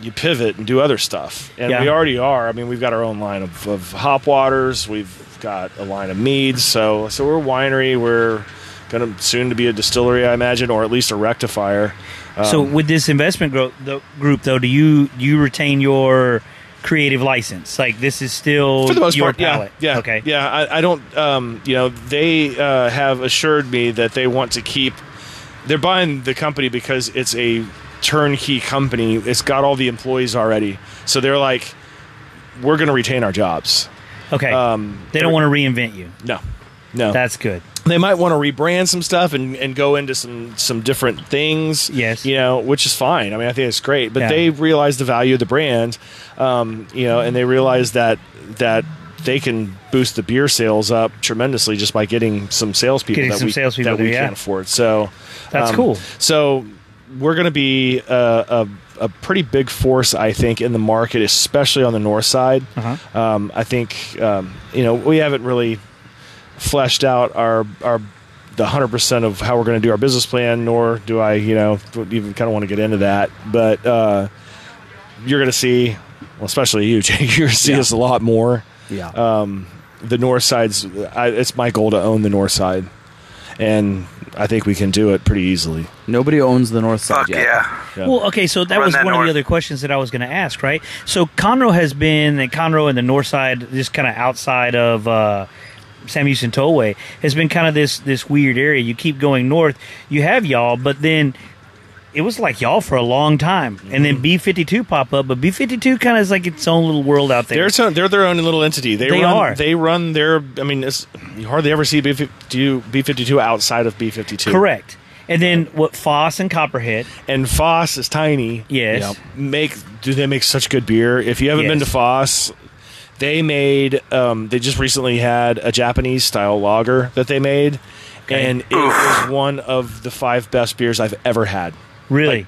D: You pivot and do other stuff, and
C: Yeah.
D: we already are. I mean, we've got our own line of, of hop waters. We've got a line of meads. So, so we're a winery. We're gonna soon to be a distillery, I imagine, or at least a rectifier.
C: so with this investment group, the group though, do you do you retain your creative license? Like this is still
D: for the most
C: your
D: part, yeah,
C: palette.
D: yeah,
C: Okay.
D: yeah. I, I don't, um, you know, they uh, have assured me that they want to keep. They're buying the company because it's a turnkey company. It's got all the employees already, so they're like, we're going to retain our jobs.
C: Okay.
D: Um,
C: they don't want to reinvent you.
D: No, no.
C: That's good.
D: they might want to rebrand some stuff and, and go into some some different things.
C: Yes.
D: you know, which is fine. I mean, I think it's great. But
C: Yeah.
D: they realize the value of the brand, um, you know, and they realize that that they can boost the beer sales up tremendously just by getting some salespeople
C: Getting
D: that
C: some
D: we
C: salespeople
D: that
C: there,
D: we
C: yeah.
D: can't afford. So um,
C: That's cool.
D: So we're going to be a, a a pretty big force, I think, in the market, especially on the north side.
C: Uh-huh.
D: Um, I think um, you know we haven't really fleshed out our our the hundred percent of how we're going to do our business plan, nor do I you know even kind of want to get into that. But uh, you're going to see, well, especially you, Jake, you're going to see us a lot more.
B: Yeah.
D: uh, The north side's I, it's my goal to own the north side, and I think we can do it pretty easily.
B: Nobody owns the north side
F: Fuck
B: yet.
F: yeah.
D: Yeah.
C: Well, okay, so that
F: Run
C: was
F: that
C: one of
F: north.
C: the other questions that I was going to ask, right? So Conroe has been, and Conroe and the north side, just kind of outside of uh, Sam Houston Tollway, has been kind of this this weird area. You keep going north, you have y'all, but then it was like y'all for a long time, and
D: Mm-hmm.
C: then B fifty two pop up, but B fifty two kind of is like its own little world out there.
D: They're so- they're their own little entity. They,
C: They
D: run,
C: are.
D: They run their. I mean, it's, you hardly ever see B fifty two outside of B fifty two.
C: Correct, and then what Foss and Copperhead,
D: And Foss is tiny.
C: Yes.
D: Make do they make such good beer? If you haven't been to
C: Yes.
D: Foss, they made. Um, they just recently had a Japanese style lager that they made, and it was one of the five best beers I've ever had.
C: really.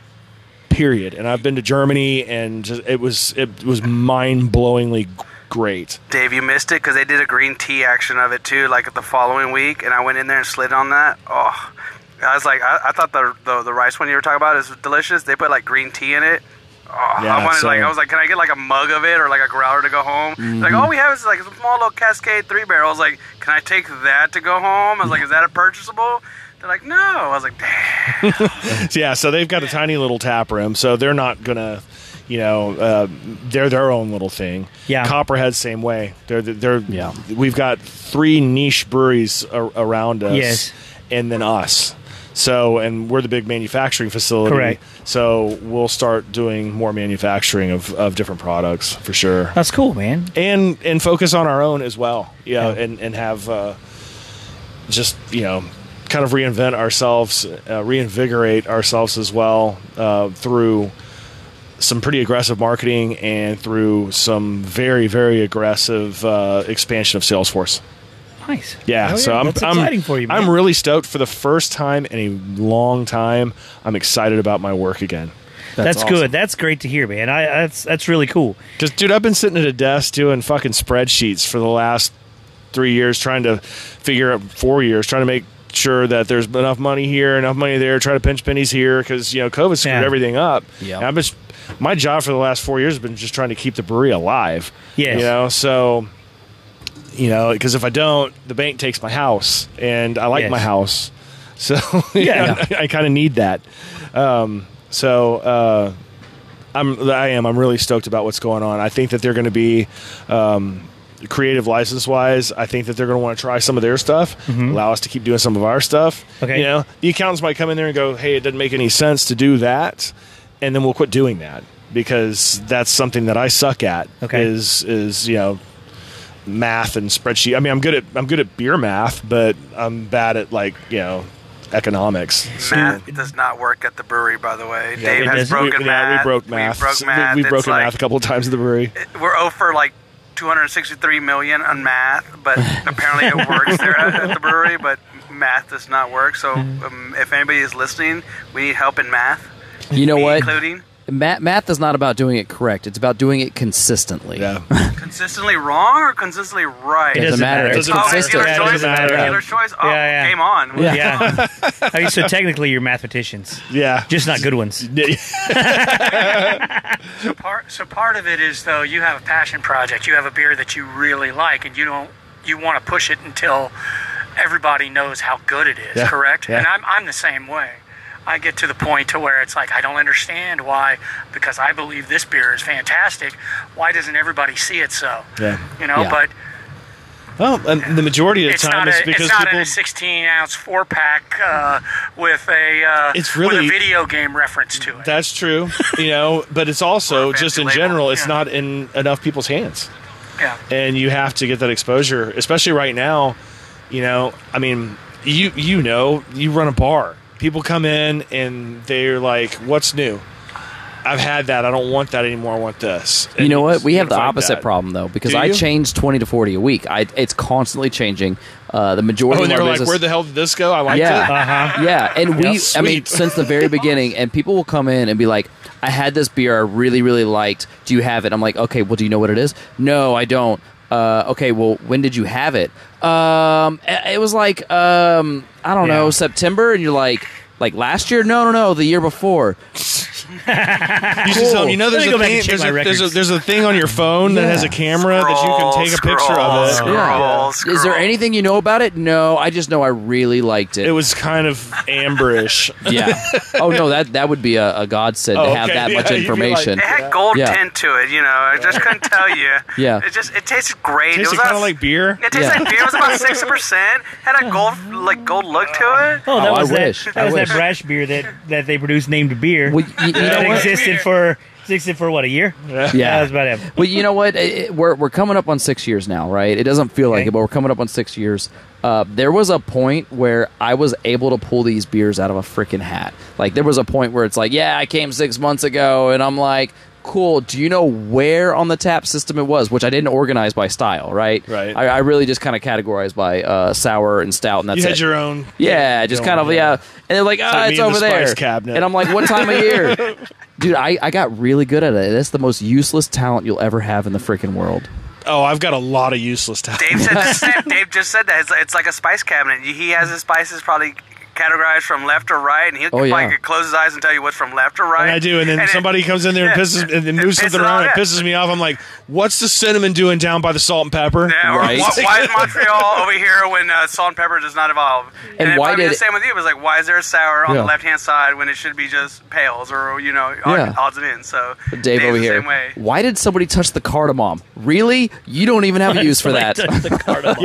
D: Period. And I've been to Germany, and just, it was it was mind blowingly great.
F: Dave, you missed it because they did a green tea action of it too, like the following week, and I went in there and slid on that. Oh, I was like, I, I thought the, the the rice one you were talking about is delicious. They put like green tea in it. Oh,
D: Yeah,
F: I wanted
D: so- Mm-hmm.
F: like I was like, can I get like a mug of it or like a growler to go home? Like all we have is like a small little Cascade three barrel. I was like, can I take that to go home? I was like, is that a purchasable? They're like, no. I was like, damn.
D: Yeah, so they've got a tiny little tap room, so they're not gonna, you know, uh, they're their own little thing.
C: Yeah.
D: Copperhead same way. They're they're
B: Yeah.
D: We've got three niche breweries a- around us,
C: Yes.
D: and then us. So and we're the big manufacturing facility.
C: Correct.
D: So we'll start doing more manufacturing of, of different products for sure
C: That's cool, man.
D: and and focus on our own as well you know,
C: Yeah.
D: and and have uh, just you know kind of reinvent ourselves uh, reinvigorate ourselves as well uh, through some pretty aggressive marketing and through some very very aggressive uh, expansion of salesforce
C: Nice.
D: yeah,
C: Hell
D: so I'm
C: That's
D: I'm,
C: exciting for you. Man.
D: I'm really stoked for the first time in a long time i'm excited about my work again
C: That's,
B: awesome.
C: good. That's great to hear, man. I that's that's really cool.
D: Because, dude, I've been sitting at a desk doing fucking spreadsheets for the last three years, trying to figure out four years, trying to make sure that there's enough money here, enough money there, try to pinch pennies here, because you know COVID screwed
C: Yeah.
D: everything up.
B: Yeah.
D: And I've been, my job for the last four years has been just trying to keep the brewery alive.
C: Yes.
D: you know, so you know, because if I don't, the bank takes my house, and I like
C: Yes.
D: my house, so
C: Yeah.
D: I, kind of need that. Um, so. Uh, I'm I am I'm really stoked about what's going on. I think that they're going to be um, creative license wise, I think that they're going to want to try some of their stuff, allow us to keep doing some of our stuff.
C: Mm-hmm. Okay.
D: You know, the accountants might come in there and go, hey, it doesn't make any sense to do that. And then we'll quit doing that because that's something that I suck at
C: Okay.
D: is, is, you know, math and spreadsheet. I mean, I'm good at, I'm good at beer math, but I'm bad at like, you know, economics.
F: Math does not work at the brewery, by the way. Dave
C: it
F: has
C: doesn't.
F: broken
D: we,
F: math.
D: Yeah, we broke math.
F: We broke
D: So
F: math.
D: we- We've
F: It's
D: broken
F: like-
D: math a couple times at the brewery.
F: we're over like 263 million on math, but apparently it works there at, at the brewery. But math does not work. So
B: Mm-hmm.
F: um, if anybody is listening, we need help in math,
B: You know
F: me
B: what?
F: including
B: Math, math is not about doing it correct. It's about doing it consistently.
D: Yeah.
F: consistently wrong or consistently right.
C: It
B: Doesn't
C: doesn't
B: matter.
C: matter.
B: It's
F: oh, it's
B: consistent.
F: dealer's
C: Yeah, it
F: choice.
C: doesn't matter.
F: Dealer's choice. Oh,
C: Yeah, yeah.
F: game on.
B: Yeah.
C: Yeah. I mean, so technically, you're mathematicians,
D: Yeah.
C: just not good ones.
E: Part, so part of it is though you have a passion project. You have a beer that you really like, and you don't you want to push it until everybody knows how good it is.
D: Yeah,
E: Correct?
D: yeah.
E: And I'm I'm the same way. I get to the point to where it's like I don't understand why because I believe this beer is fantastic. Why doesn't everybody see it so?
D: Yeah.
E: You know,
B: Yeah.
E: but
D: Well, and the majority of the
E: it's not
D: time
E: a,
D: it's because
E: it's not
D: people.
E: a 16 ounce four pack uh, with a uh,
D: It's
E: with
D: really-
E: a video game reference to it.
D: That's true, you know, but it's also
E: Or a
D: just in
E: fancy label,
D: general, it's
E: yeah.
D: not in enough people's hands,
E: yeah.
D: and you have to get that exposure, especially right now. You know, I mean, you you know, you run a bar, people come in and they're like, "What's new? I've had that. I don't want that anymore. I want this."
B: You
D: And
B: know what?
D: it's-
B: We
D: you
B: have the
D: find
B: opposite
D: that.
B: problem though, because
D: Do
B: I
D: you?
B: change twenty to forty a week. I it's constantly changing. Uh, the
D: Oh,
B: majority
D: and
B: of
D: they're
B: our
D: like,
B: business.
D: "Where the hell did this go? I liked
B: yeah,
D: it."
B: yeah, and we. I mean,
D: Uh-huh. Sweet.
B: since the very beginning, and people will come in and be like, "I had this beer I really, really liked. Do you have it?" I'm like, "Okay, well, do you know what it is?" No, I don't. Uh, okay, well, when did you have it? Um, i- it was like um, I don't know
C: Yeah.
B: September, and you're like, like last year? No, no, no, the year before.
D: You should tell them, you know,
C: Let
D: there's
C: me
D: a,
C: go back and
D: thing,
C: check
D: there's,
C: my
D: a, there's, a,
C: records.
D: there's a thing on your phone that has a camera that you can take a picture of it.
F: Scroll,
B: Yeah.
F: scroll,
B: Is there
F: scroll.
B: anything you know about it? No, I just know I really liked it.
D: It was kind of amberish.
B: yeah. Oh no, that that would be a, a godsend
D: Oh,
B: to have
D: okay.
B: that
D: Yeah,
B: much
D: you'd be like- "Ah!"
B: information.
F: It had gold
B: Yeah.
F: tint to it, you know. I just couldn't tell you.
B: Yeah.
F: It just it tasted great.
D: Tasted
F: it was
D: kind
F: a-
D: of like beer.
F: It tasted
B: Yeah.
F: like beer. It was about sixty percent. Had a gold like gold look to it.
C: Oh, that
B: Oh, I
C: was that,
B: wish.
C: that
B: I
C: was
B: wish.
C: that brash beer that, that they produced named beer.
B: Well, y- you know
C: that
B: what?
C: existed for existed for what a year?
B: Yeah.
C: that was about it.
B: well, you know what? It- it- we're we're coming up on six years now, right? It doesn't feel like
C: Okay.
B: it, but we're coming up on six years. Uh, there was a point where I was able to pull these beers out of a freaking hat. Like there was a point where it's like, yeah, I came six months ago, and I'm like, cool. Do you know where on the tap system it was? Which I didn't organize by style, right?
D: Right.
B: I, I really just kind of categorized by uh, sour and stout, and that's
D: You
B: it.
D: had your own.
B: Yeah, just
D: Don't
B: kind of
D: worry.
B: yeah. And they're like, oh,
D: like
B: it's,
D: me and
B: over
D: the spice
B: there.
D: cabinet.
B: And I'm like, what time of year? Dude, I, I got really good at it. That's the most useless talent you'll ever have in the freaking world.
D: Oh, I've got a lot of useless stuff.
F: Dave said the same. Dave just said that it's, it's like a spice cabinet. He has his spices probably categorized from left to right, and he
B: Oh,
F: could
B: yeah.
F: probably could close his eyes and tell you what's from left to right.
D: And I do, and then
F: it-
D: somebody comes in there and
F: yeah,
D: pisses and then
F: it
D: moves something
F: pisses
D: around.
F: on
D: It
F: it.
D: pisses me off. I'm like, "What's the cinnamon doing down by the salt and pepper?"
F: Yeah, or
B: Right.
F: why, why is Montreal over here when uh, salt and pepper does not evolve?
B: And
F: it'd
B: why
F: probably be
B: did
F: the
B: it-
F: same with you? It was like, why is there a sour on
B: Yeah.
F: the left hand side when it should be just pales or you know odd-
B: Yeah.
F: odds and ends? So
B: Dave
F: Dave's
B: over
F: the
B: here.
F: Same way.
B: Why did somebody touch the cardamom? Really? You don't even have a use for that.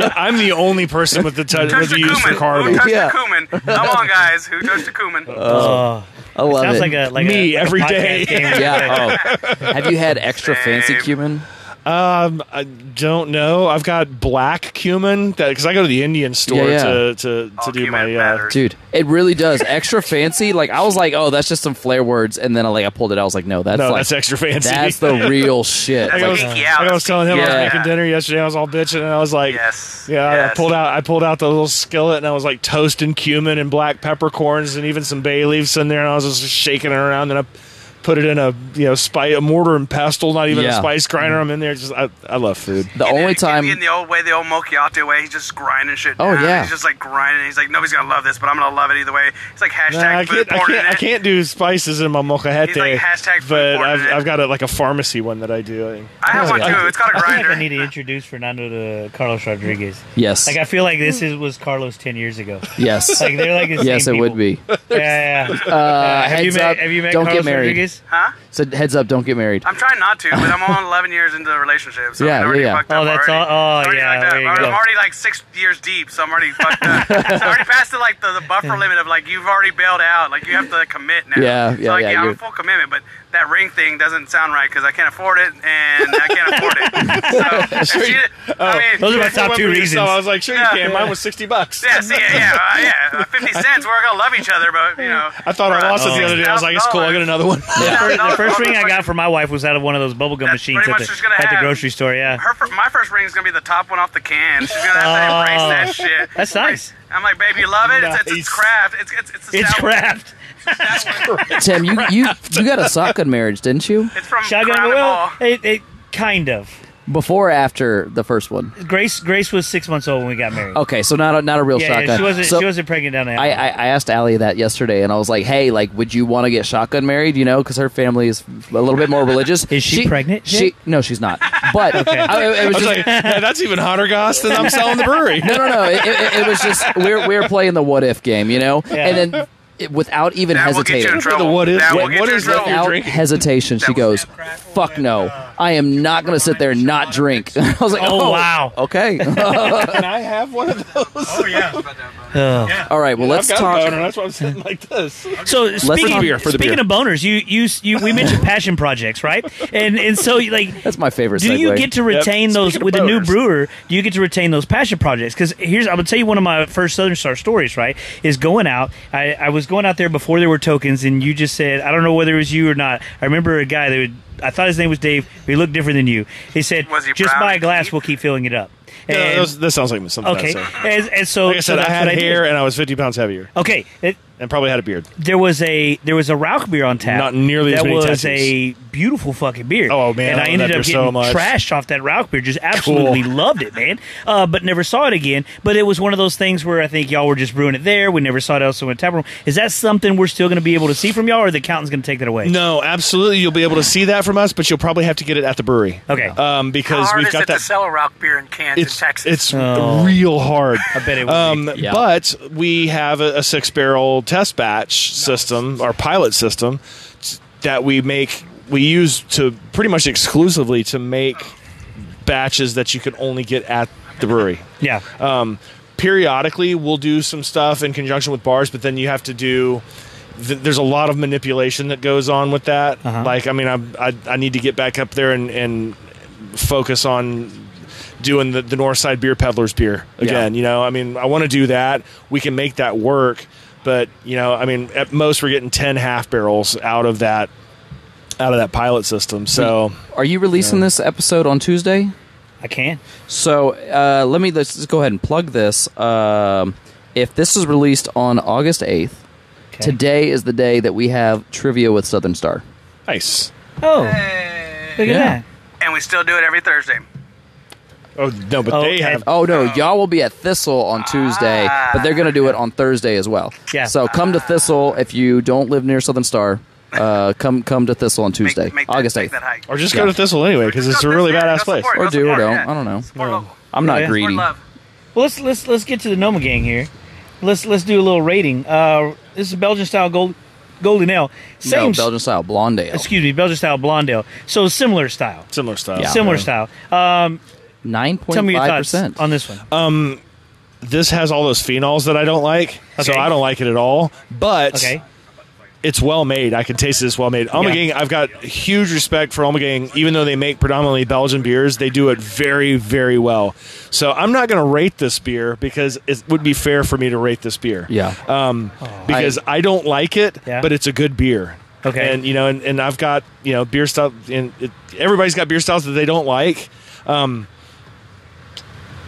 D: Yeah, I'm the only person with the touch
F: Touch
D: with
F: the
D: the use for
F: cumin. Who
D: cardamom.
F: touched
B: Yeah.
F: the cumin? Come on, guys. Who touched the cumin?
D: Uh,
C: Oh,
B: I love
C: sounds
B: it.
C: like a like
D: Me
C: a, like
D: every
C: a podcast
D: day.
C: game.
B: yeah. Oh. Have you had extra fancy
F: Same.
B: cumin?
D: Um, I don't know. I've got black cumin because I go to the Indian store
B: Yeah, yeah.
D: to to, to
F: All
D: do
F: Oh, cumin
D: my. Uh,
F: matters.
B: Dude, it really does. Extra fancy. Like I was like, oh, that's just some flair words, and then I like I pulled it out. I was like, no, that's
D: no,
B: like
D: that's extra fancy.
B: that's the real shit.
F: That's
D: I
B: Like,
D: was,
F: Like, yeah,
D: I was
F: that's-
D: telling him I
B: yeah.
D: was making dinner yesterday. I was all bitching, and I was like,
F: Yes,
D: yeah." I
F: yes.
D: pulled out, I pulled out the little skillet, and I was like toasting cumin and black peppercorns and even some bay leaves in there, and I was just shaking it around. And I put it in a you know spice, a mortar and pestle, not even
B: Yeah.
D: a spice grinder. I'm in there. Just I, I love food.
B: the
F: And
B: only
F: then
B: time
F: in the old way, the old macchiato way, he's just grinding shit.
B: Oh,
F: down.
B: yeah.
F: he's just like grinding. He's like, nobody's gonna love this, but I'm gonna love it either way. It's like hashtag
D: Nah, I
F: food
D: can't, I
F: porn.
D: can't, I can't do spices in my mocajete.
F: He's like, hashtag food
D: but
F: porn
D: I've,
F: in it.
D: I've got a, like a pharmacy one that I do.
F: I have one too. It's got a
C: I feel
F: grinder.
C: like I need to introduce Fernando to Carlos Rodriguez.
B: yes,
C: Like I feel like this is was Carlos ten years ago.
B: yes,
C: Like they're like the
B: yes, it
C: same
B: would
C: people.
B: be.
C: Yeah, yeah.
B: Uh,
C: have you
B: heads
C: met
B: up,
C: Have you met
B: don't
C: Carlos
B: get married.
C: Rodriguez?
F: huh?
B: Said heads up, don't get married.
F: I'm trying not to, but I'm only 11 years into the relationship, so
B: Yeah,
F: I'm
B: yeah,
F: already
B: yeah.
F: fucked
C: Oh,
F: up
C: that's
F: already.
C: all- oh,
F: Already
C: yeah,
F: fucked up.
C: there you
F: I'm
C: go.
F: already like six years deep, so I'm already fucked up. so I already passed the like the, the buffer limit of like you've already bailed out, like you have to commit now.
B: Yeah, yeah,
F: so, like,
B: yeah,
F: I'm
B: you're-
F: full commitment, but that ring thing doesn't sound right because I can't afford it, and I can't afford it. So, if she,
B: Oh,
F: I mean,
C: Those are my
F: yeah,
C: top two
D: Remember yourself,
C: reasons.
D: I was like, sure you
F: Yeah.
D: can. Mine was sixty bucks.
F: Yeah, see, yeah, yeah, uh, yeah. Fifty cents. We're gonna love each other, but you know.
D: I thought I lost it the other day. I was like, it's cool. I got another one.
C: The first ring I got for my wife was out of one of those bubblegum
F: That's
C: machines
F: pretty
C: at
F: much just
C: the,
F: gonna
C: at the
F: have-
C: grocery store. Yeah.
F: Her, fir- my first ring is gonna be the top one off the can. She's gonna have to
C: Oh.
F: embrace that shit.
C: That's nice.
F: I'm like, babe, you love it. It's, it's,
D: Nice.
F: it's craft. It's it's it's, a
C: It's
F: stout-
C: craft.
B: Tim, you, you you got a shotgun marriage, didn't you?
F: It's from
C: Shotgun.
F: Crown and
C: Well,
F: Ball.
C: it, it kind of.
B: Before or after the first one?
C: Grace Grace was six months old when we got married.
B: Okay, so not a, not a real
C: yeah,
B: shotgun.
C: yeah, she wasn't
B: Oh, So-
C: she wasn't pregnant down there.
B: I, I, I asked Allie that yesterday, and I was like, "Hey, like, would you want to get shotgun married? You know, because her family is a little bit more religious.
C: Is she pregnant,
B: She
C: Jake?
B: no, she's not. But I, it was
D: I was
B: just,
D: like, "Yeah, that's even hotter, Goss, than I'm selling the brewery.
B: no, no, no. It, it, it was just we're we're playing the what if game, you know,
C: Yeah.
B: and then it, without even
F: That will get you
B: hesitating,
F: in trouble.
D: what is-
F: That will
D: what-
F: get
D: what
F: you in
D: is that
F: trouble.
D: you're
B: without
D: drinking?
B: hesitation, she
F: That
B: goes,
F: was-
B: "Fuck no, I am not going to sit there and not drink." I was like,
C: uh, Oh, wow.
B: okay,
D: Can I have one of those?
E: Oh yeah.
C: Ugh.
B: all right. Well, let's
D: I've got a
B: talk.
D: boner. That's why I'm sitting like this.
C: So speaking,
B: talk-
D: beer, for the
C: speaking
D: beer.
C: of boners, you, you you we mentioned passion projects, right? And and so like
B: That's my favorite.
C: do you
B: segue.
C: get to retain
D: Yep.
C: those
D: Speaking of
C: with the new
D: boners.
C: brewer? Do you get to retain those passion projects? Because here's I'm gonna tell you one of my first Southern Star stories. Right, is going out. I, I was going out there before there were tokens, and you just said I don't know whether it was you or not. I remember a guy that would, I thought his name was Dave. But he looked different than you. He said,
F: Was he
C: "Just
F: brown
C: buy a
F: and
C: glass.
F: deep?
C: We'll keep filling it up."
D: Yeah,
C: And-
D: that, was- that sounds like something.
C: okay,
D: I'd say.
C: and, and so
D: Like
C: so
D: I said, I
C: that's
D: had
C: what did.
D: hair and I was 50 pounds heavier,
C: Okay, it,
D: and probably had a beard.
C: there was a there was a Rauch beer on tap.
D: Not nearly as
C: that
D: many
C: was
D: tattoos.
C: a beautiful fucking beer.
D: Oh, man,
C: And I
D: I love
C: ended
D: that
C: up
D: beer
C: getting
D: so much.
C: trashed off that Rauch beer. Just absolutely loved it, man. Uh, but never saw it again. But it was one of those things where I think y'all were just brewing it there. We never saw it elsewhere in the tap room. Is that something we're still going to be able to see from y'all, or the accountant's going to take that away?
D: No, absolutely. You'll be able to see that from us, but you'll probably have to get it at the brewery.
C: Okay.
D: Um,
F: How
D: because
F: hard
D: we've
F: is it
D: got that.
F: to sell a rock beer in cans
D: it's
F: in Texas?
D: it's real hard. I
C: bet it would be.
D: Um,
B: Yeah.
D: But we have a, a six barrel test batch system, our pilot system, s- that we make. We use to pretty much exclusively to make batches that you can only get at the brewery.
C: Yeah.
D: Um, periodically, we'll do some stuff in conjunction with bars, but then you have to do. Th- there's a lot of manipulation that goes on with that.
B: Uh-huh.
D: Like, I mean, I, I I need to get back up there and and focus on doing the, the North Side Beer Peddlers beer again. You know, I mean, I want to do that. We can make that work, but you know, I mean, at most we're getting ten half barrels out of that out of that pilot system. So
B: Are you releasing this episode on Tuesday?
C: I can.
B: So uh, let me let's just go ahead and plug this. Um, if this is released on August eighth,
C: Okay.
B: today is the day that we have trivia with Southern Star.
D: nice.
C: Oh, look
B: Yeah.
C: at that.
F: and we still do it every Thursday.
D: Oh no, but
C: Oh,
D: they
C: and-
D: have
B: Oh no, y'all will be at Thistle on Tuesday, but they're gonna do it on Thursday as well.
C: Yeah.
B: So come to Thistle if you don't live near Southern Star. Uh, come come to Thistle on Tuesday,
F: Make, make that-
B: August
F: make
B: eighth,
F: that hike.
D: Or just
B: Yeah.
D: go to Thistle anyway, because it's a
F: Go
D: really
F: support,
D: badass
F: go
D: place.
F: support,
B: or
F: go
B: do or
F: support,
B: don't.
F: yeah.
B: I don't know.
F: Support local.
B: I'm not
C: Yeah.
F: Support
B: greedy.
F: love.
C: Well, let's let's let's get to the Noma gang here. Let's let's do a little rating. Uh, this is Belgian style gold, golden ale. Same
B: No
C: s-
B: Belgian style blonde ale.
C: Oh. excuse me, Belgian style blonde ale. So similar style.
D: Similar stuff.
B: Yeah.
C: Similar style. Um,
B: Nine
C: tell
B: point
C: me your
B: five
C: thoughts
B: percent.
C: on this one.
D: This has all those phenols that I don't like, so
C: Okay.
D: I don't like it at all. But
C: okay.
D: it's well made. I can taste it's well made. Almagang, I've got huge respect for Almagang. Even though they make predominantly Belgian beers, they do it very, very well. So I'm not going to rate this beer because it would be fair for me to rate this beer.
B: Yeah.
D: Um, because I, don't like it,
C: Yeah.
D: but it's a good beer.
C: Okay.
D: And you know, and, and I've got you know beer stuff, and it, everybody's got beer styles that they don't like. Um,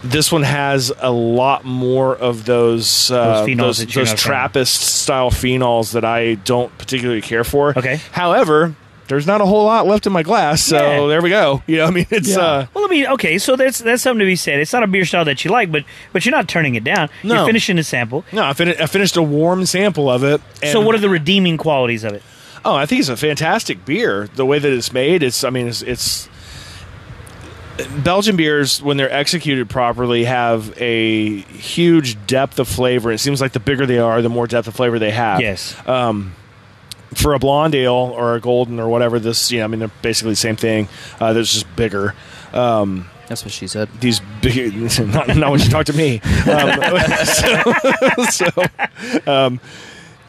D: this one has a lot more of those uh,
C: Those phenols
D: those,
C: that
D: those,
C: you're not a fan of.
D: Trappist style phenols that I don't particularly care for.
C: Okay.
D: However, there's not a whole lot left in my glass, so
C: Yeah.
D: there we go. You know, I mean, it's uh,
C: Well, I mean, okay, so that's that's something to be said. It's not a beer style that you like, but but you're not turning it down.
D: No.
C: You're finishing the sample.
D: no. I, fin- I finished a warm sample of it.
C: so,
D: and-
C: what are the redeeming qualities of it?
D: Oh, I think it's a fantastic beer. The way that it's made, it's I mean, it's, it's Belgian beers when they're executed properly have a Uh, huge depth of flavor. It seems like the bigger they are, the more depth of flavor they have.
C: Yes.
D: for a blonde ale or a golden or whatever this, you know, I mean, they're basically the same thing. Uh, they're just bigger. Um,
B: That's what she said.
D: these big, not, not when she talked to me. Um, so, so, um,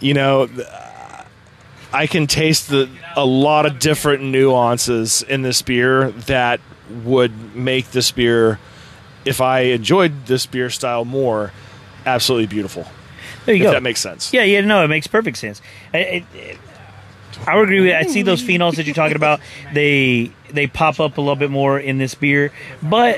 D: you know, th- I can taste the a lot of different nuances in this beer that would make this beer, if I enjoyed this beer style more, absolutely beautiful.
C: There you
D: If
C: go.
D: that makes sense.
C: Yeah, yeah, no, it makes perfect sense. I, I, I would agree with. I see those phenols that you're talking about. They they pop up a little bit more in this beer, but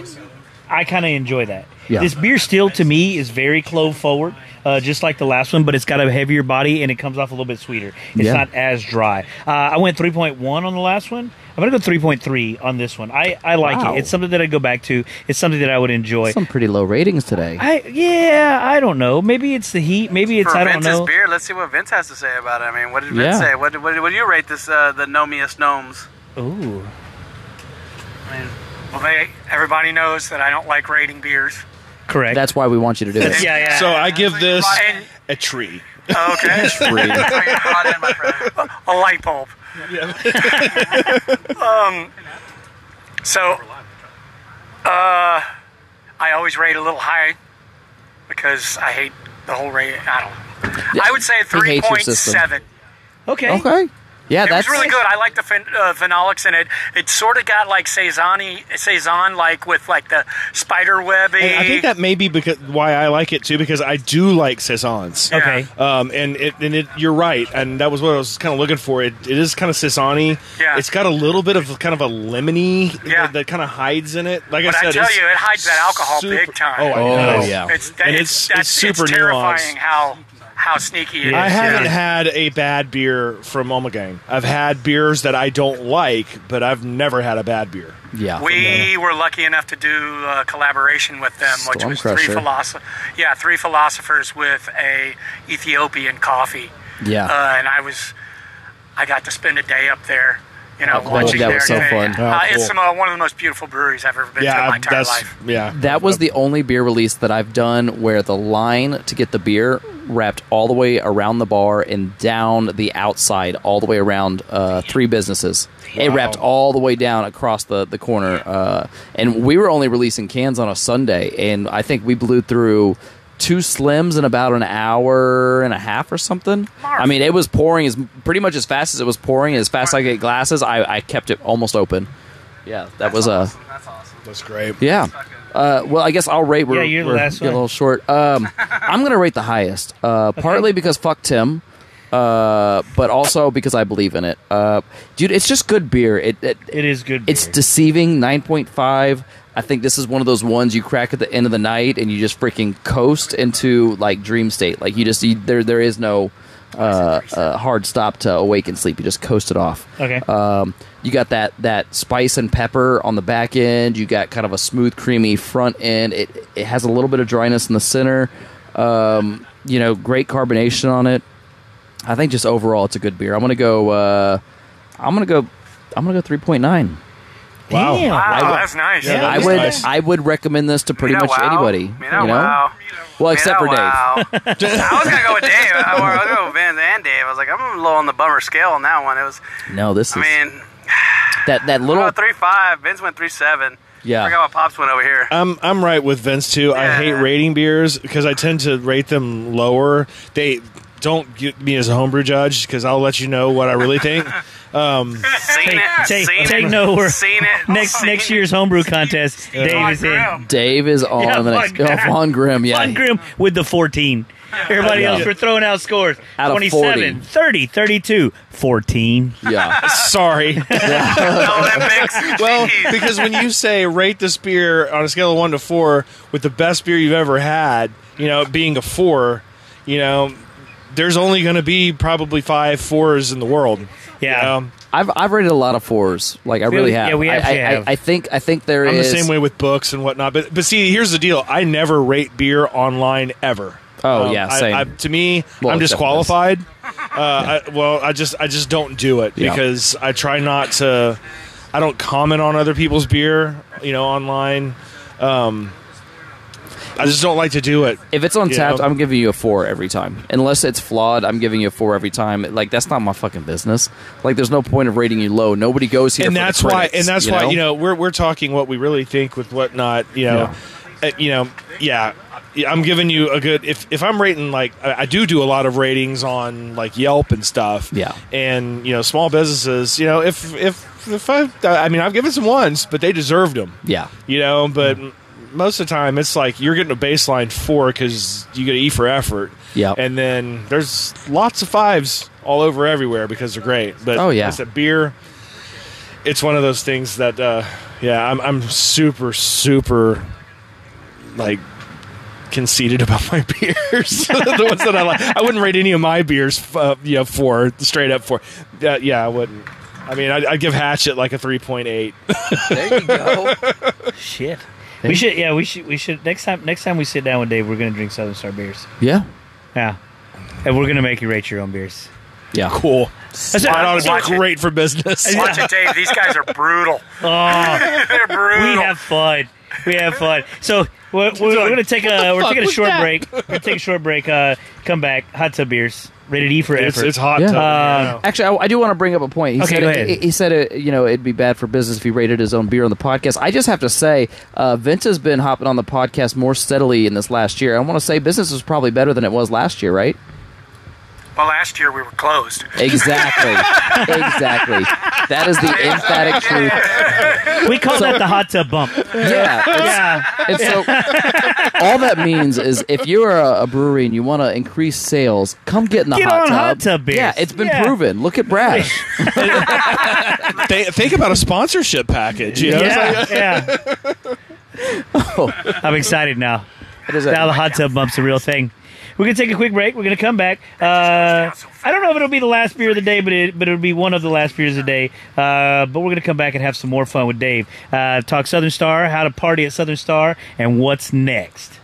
C: I kind of enjoy that.
B: Yeah.
C: This beer still to me is very clove forward, uh, just like the last one, but it's got a heavier body and it comes off a little bit sweeter. It's
B: Yeah.
C: not as dry. Uh, I went 3.1 on the last one. I'm gonna go 3.3 on this one. I, I like
B: Wow.
C: it. It's something that I go back to. It's something that I would enjoy.
B: Some pretty low ratings today.
C: I yeah, I don't know. Maybe it's the heat. Maybe it's
F: For
C: I don't
F: Vince's
C: know.
F: beer, let's see what Vince has to say about it. I mean, what did Vince
B: Yeah.
F: say? What, what, what do you rate this, uh, the Nomiest Gnomes?
C: Ooh.
F: I mean,
E: Well, they, everybody knows that I don't like rating beers.
C: Correct.
B: That's why we want you to do this.
C: yeah, yeah.
D: So I give this
E: And
D: a tree.
E: okay,
D: Tree.
F: that's where you're brought in, my friend.
E: a light bulb. um, so, uh, I always rate a little high because I hate the whole rate. I don't. I would say
B: He
E: three
B: hates your
E: point
B: system.
E: seven.
C: okay.
B: Okay. Yeah,
E: It
B: that's
E: was really good. I like the phen- uh, phenolics in it. It sort of got like saison saison like with like the spider webby.
D: And I think that may be because why I like it too, because I do like saisons.
C: Okay.
D: Um, and it, and it, you're right, and that was what I was kind of looking for. It, it is kind of saison
E: Yeah.
D: It's got a little bit of kind of a lemony
E: Yeah.
D: that, that kind of hides in it. Like
E: But
D: I
E: I
D: said,
E: tell
D: it's
E: you, it hides that alcohol
D: super-
E: big time.
D: Oh, I
B: Oh,
D: know.
B: yeah.
E: It's,
D: And
E: it's,
D: it's-
E: that's,
D: it's super
E: it's
D: nuanced.
E: terrifying how how sneaky it is.
D: I haven't
E: Yeah.
D: had a bad beer from Oma Gang. I've had beers that I don't like, but I've never had a bad beer.
B: Yeah.
E: We were lucky enough to do a collaboration with them, which was three
B: Stormcrusher.
E: philosoph- yeah, three philosophers with a Ethiopian coffee.
B: Yeah.
E: uh, and I was, I got to spend a day up there. You know,
B: Oh, cool.
E: watching
B: That
E: their
B: was so
E: thing.
B: fun.
E: Uh,
D: Oh, cool.
E: It's some, uh, one of the most beautiful breweries I've ever been to in
D: yeah,
E: my
D: I,
E: entire
D: that's
E: life.
D: yeah.
B: That was the only beer release that I've done where the line to get the beer wrapped all the way around the bar and down the outside, all the way around uh, three businesses. It wrapped all the way down across the the corner, uh, and we were only releasing cans on a Sunday, and I think we blew through. Two slims in about an hour and a half or something. I mean, it was pouring as pretty much as fast as it was pouring, as fast as I could get glasses. I, I kept it almost open. Yeah, that was uh, a
F: awesome. That's awesome.
D: that's great.
B: yeah. Uh, well, I guess I'll rate. We're,
C: Yeah, you're the
B: we're
C: last
B: getting a
C: one.
B: little short. Um, I'm gonna rate the highest, uh, partly because fuck Tim, uh, but also because I believe in it. Uh, dude, it's just good beer. It, it
C: It is good. Beer.
B: it's deceiving. Nine point five. I think this is one of those ones you crack at the end of the night and you just freaking coast into like dream state. Like you just you, there there is no uh, uh, hard stop to awake and sleep. You just coast it off.
C: Okay.
B: Um, you got that that spice and pepper on the back end. You got kind of a smooth, creamy front end. It it has a little bit of dryness in the center. Um, you know, great carbonation on it. I think just overall, it's a good beer. I'm gonna go. Uh, I'm gonna go. I'm gonna go three point nine.
D: Wow.
C: Damn.
E: Wow,
B: would-
E: Oh, that's nice.
D: Yeah, that
B: I
D: was
B: would
D: nice.
B: I would recommend this to pretty
F: Mina
B: much
F: wow.
B: anybody.
F: Mina
B: you know,
F: wow.
B: well except for Dave.
F: Dave. I was gonna go with Dave. I was gonna go with Vince and Dave. I was like, I'm low on the bummer scale on that one. It was,
B: No, this is
F: I mean,
B: that that
F: I
B: little.
F: went three five. Vince went three seven.
B: Yeah.
F: I forgot what pops went over here.
D: I'm I'm right with Vince too. I
F: Yeah.
D: hate rating beers because I tend to rate them lower. They don't get me as a homebrew judge because I'll let you know what I really think. Um,
F: seen
C: Take-
F: it.
C: take-
F: seen
C: take
F: it.
C: no word.
F: Seen it.
C: Next
F: seen
C: next
F: it.
C: year's homebrew contest, Dave is in.
E: Graham.
B: Dave is on
C: Yeah,
B: the next.
C: Von
B: Oh,
C: Grimm.
B: Von Grimm, yeah.
C: Von Grimm with the 14. Everybody
B: Yeah.
C: else for throwing out scores.
B: Out of 40.
C: 27, 30, 32, 14.
B: Yeah.
D: sorry.
F: Olympics.
D: well,
F: Jeez.
D: because when you say rate this beer on a scale of one to four with the best beer you've ever had, you know, it being a four, you know, there's only going to be probably five fours in the world.
C: Yeah.
D: Um,
B: I've I've rated a lot of fours. Like I
C: We-
B: really have.
C: yeah, we
B: I-
C: actually
B: I, I,
C: have.
B: I think I think there is.
D: I'm the same way with books and whatnot. But but see, here's the deal: I never rate beer online ever. Um,
B: Oh, yeah,
D: I-
B: same.
D: I- to me,
B: Well,
D: I'm
B: except
D: disqualified. Uh, I, well, I just I just don't do it
B: Yeah.
D: because I try not to. I don't comment on other people's beer, you know, online. Um, I just don't like to do it.
B: If it's on
D: Yeah.
B: tapped, I'm giving you a four every time. Unless it's flawed, I'm giving you a four every time. Like that's not my fucking business. Like there's no point of rating you low. Nobody goes here.
D: and
B: for the
D: that's why
B: critics,
D: and that's why you know we're we're talking what we really think with what not you know Uh, you know yeah Yeah, I'm giving you a good if if I'm rating like I I do do a lot of ratings on like Yelp and stuff
B: Yeah.
D: and you know small businesses you know if if if I I mean I've given some ones but they deserved them
B: Yeah.
D: you know but m most of the time it's like you're getting a baseline four because you get an E for effort
B: Yeah.
D: and then there's lots of fives all over everywhere because they're great but
B: Oh, yeah.
D: it's a beer it's one of those things that uh, yeah I'm, I'm super super like conceited about my beers the ones that i like i wouldn't rate any of my beers uh, you know four straight up four uh, yeah i wouldn't i mean i'd, I'd give hatchet like a 3.8
B: There you go.
C: Shit. We should, yeah, we should, we should. Next time, next time we sit down with Dave, we're gonna drink Southern Star beers.
B: yeah.
C: Yeah, and we're gonna make you rate your own beers.
B: Yeah.
D: cool
C: it.
D: that ought to
E: Watch
D: be
E: it.
D: great for business
E: Watch it, Dave. These guys are brutal.
C: Oh,
E: They're brutal.
C: we have fun. We have fun. So we're, we're, we're gonna take a we're taking a short break. We're gonna take a short break. Uh, come back. Hot tub beers, rated E for
D: it's,
C: effort.
D: it's hot
B: Yeah.
D: tub,
C: Um,
B: Actually, I, I do want to bring up a point. He
C: Okay,
B: said
C: go
B: it-
C: ahead.
B: He, he said it, you know it'd be bad for business if he rated his own beer on the podcast. I just have to say, uh, Vince has been hopping on the podcast more steadily in this last year. I want to say business was probably better than it was last year, right?
E: Well, last year we were closed.
B: Exactly. exactly. That is the emphatic truth.
C: we call that the hot tub bump.
B: Yeah. it's-
C: Yeah,
B: And so, all that means is if you're a, a brewery and you want to increase sales, come get in the
C: Get
B: hot
C: on
B: tub.
C: hot tub beers.
B: Yeah, it's been
C: Yeah.
B: proven. Look at Brash.
D: Th- think about a sponsorship package you know?
C: yeah, yeah. I'm excited now.
B: It is a-
C: Now the hot tub bump's a real thing. We're gonna take a quick break. We're gonna come back. Uh, I don't know if it'll be the last beer of the day, but it but it'll be one of the last beers of the day. Uh, but we're gonna come back and have some more fun with Dave. Uh, talk Southern Star, how to party at Southern Star, and what's next.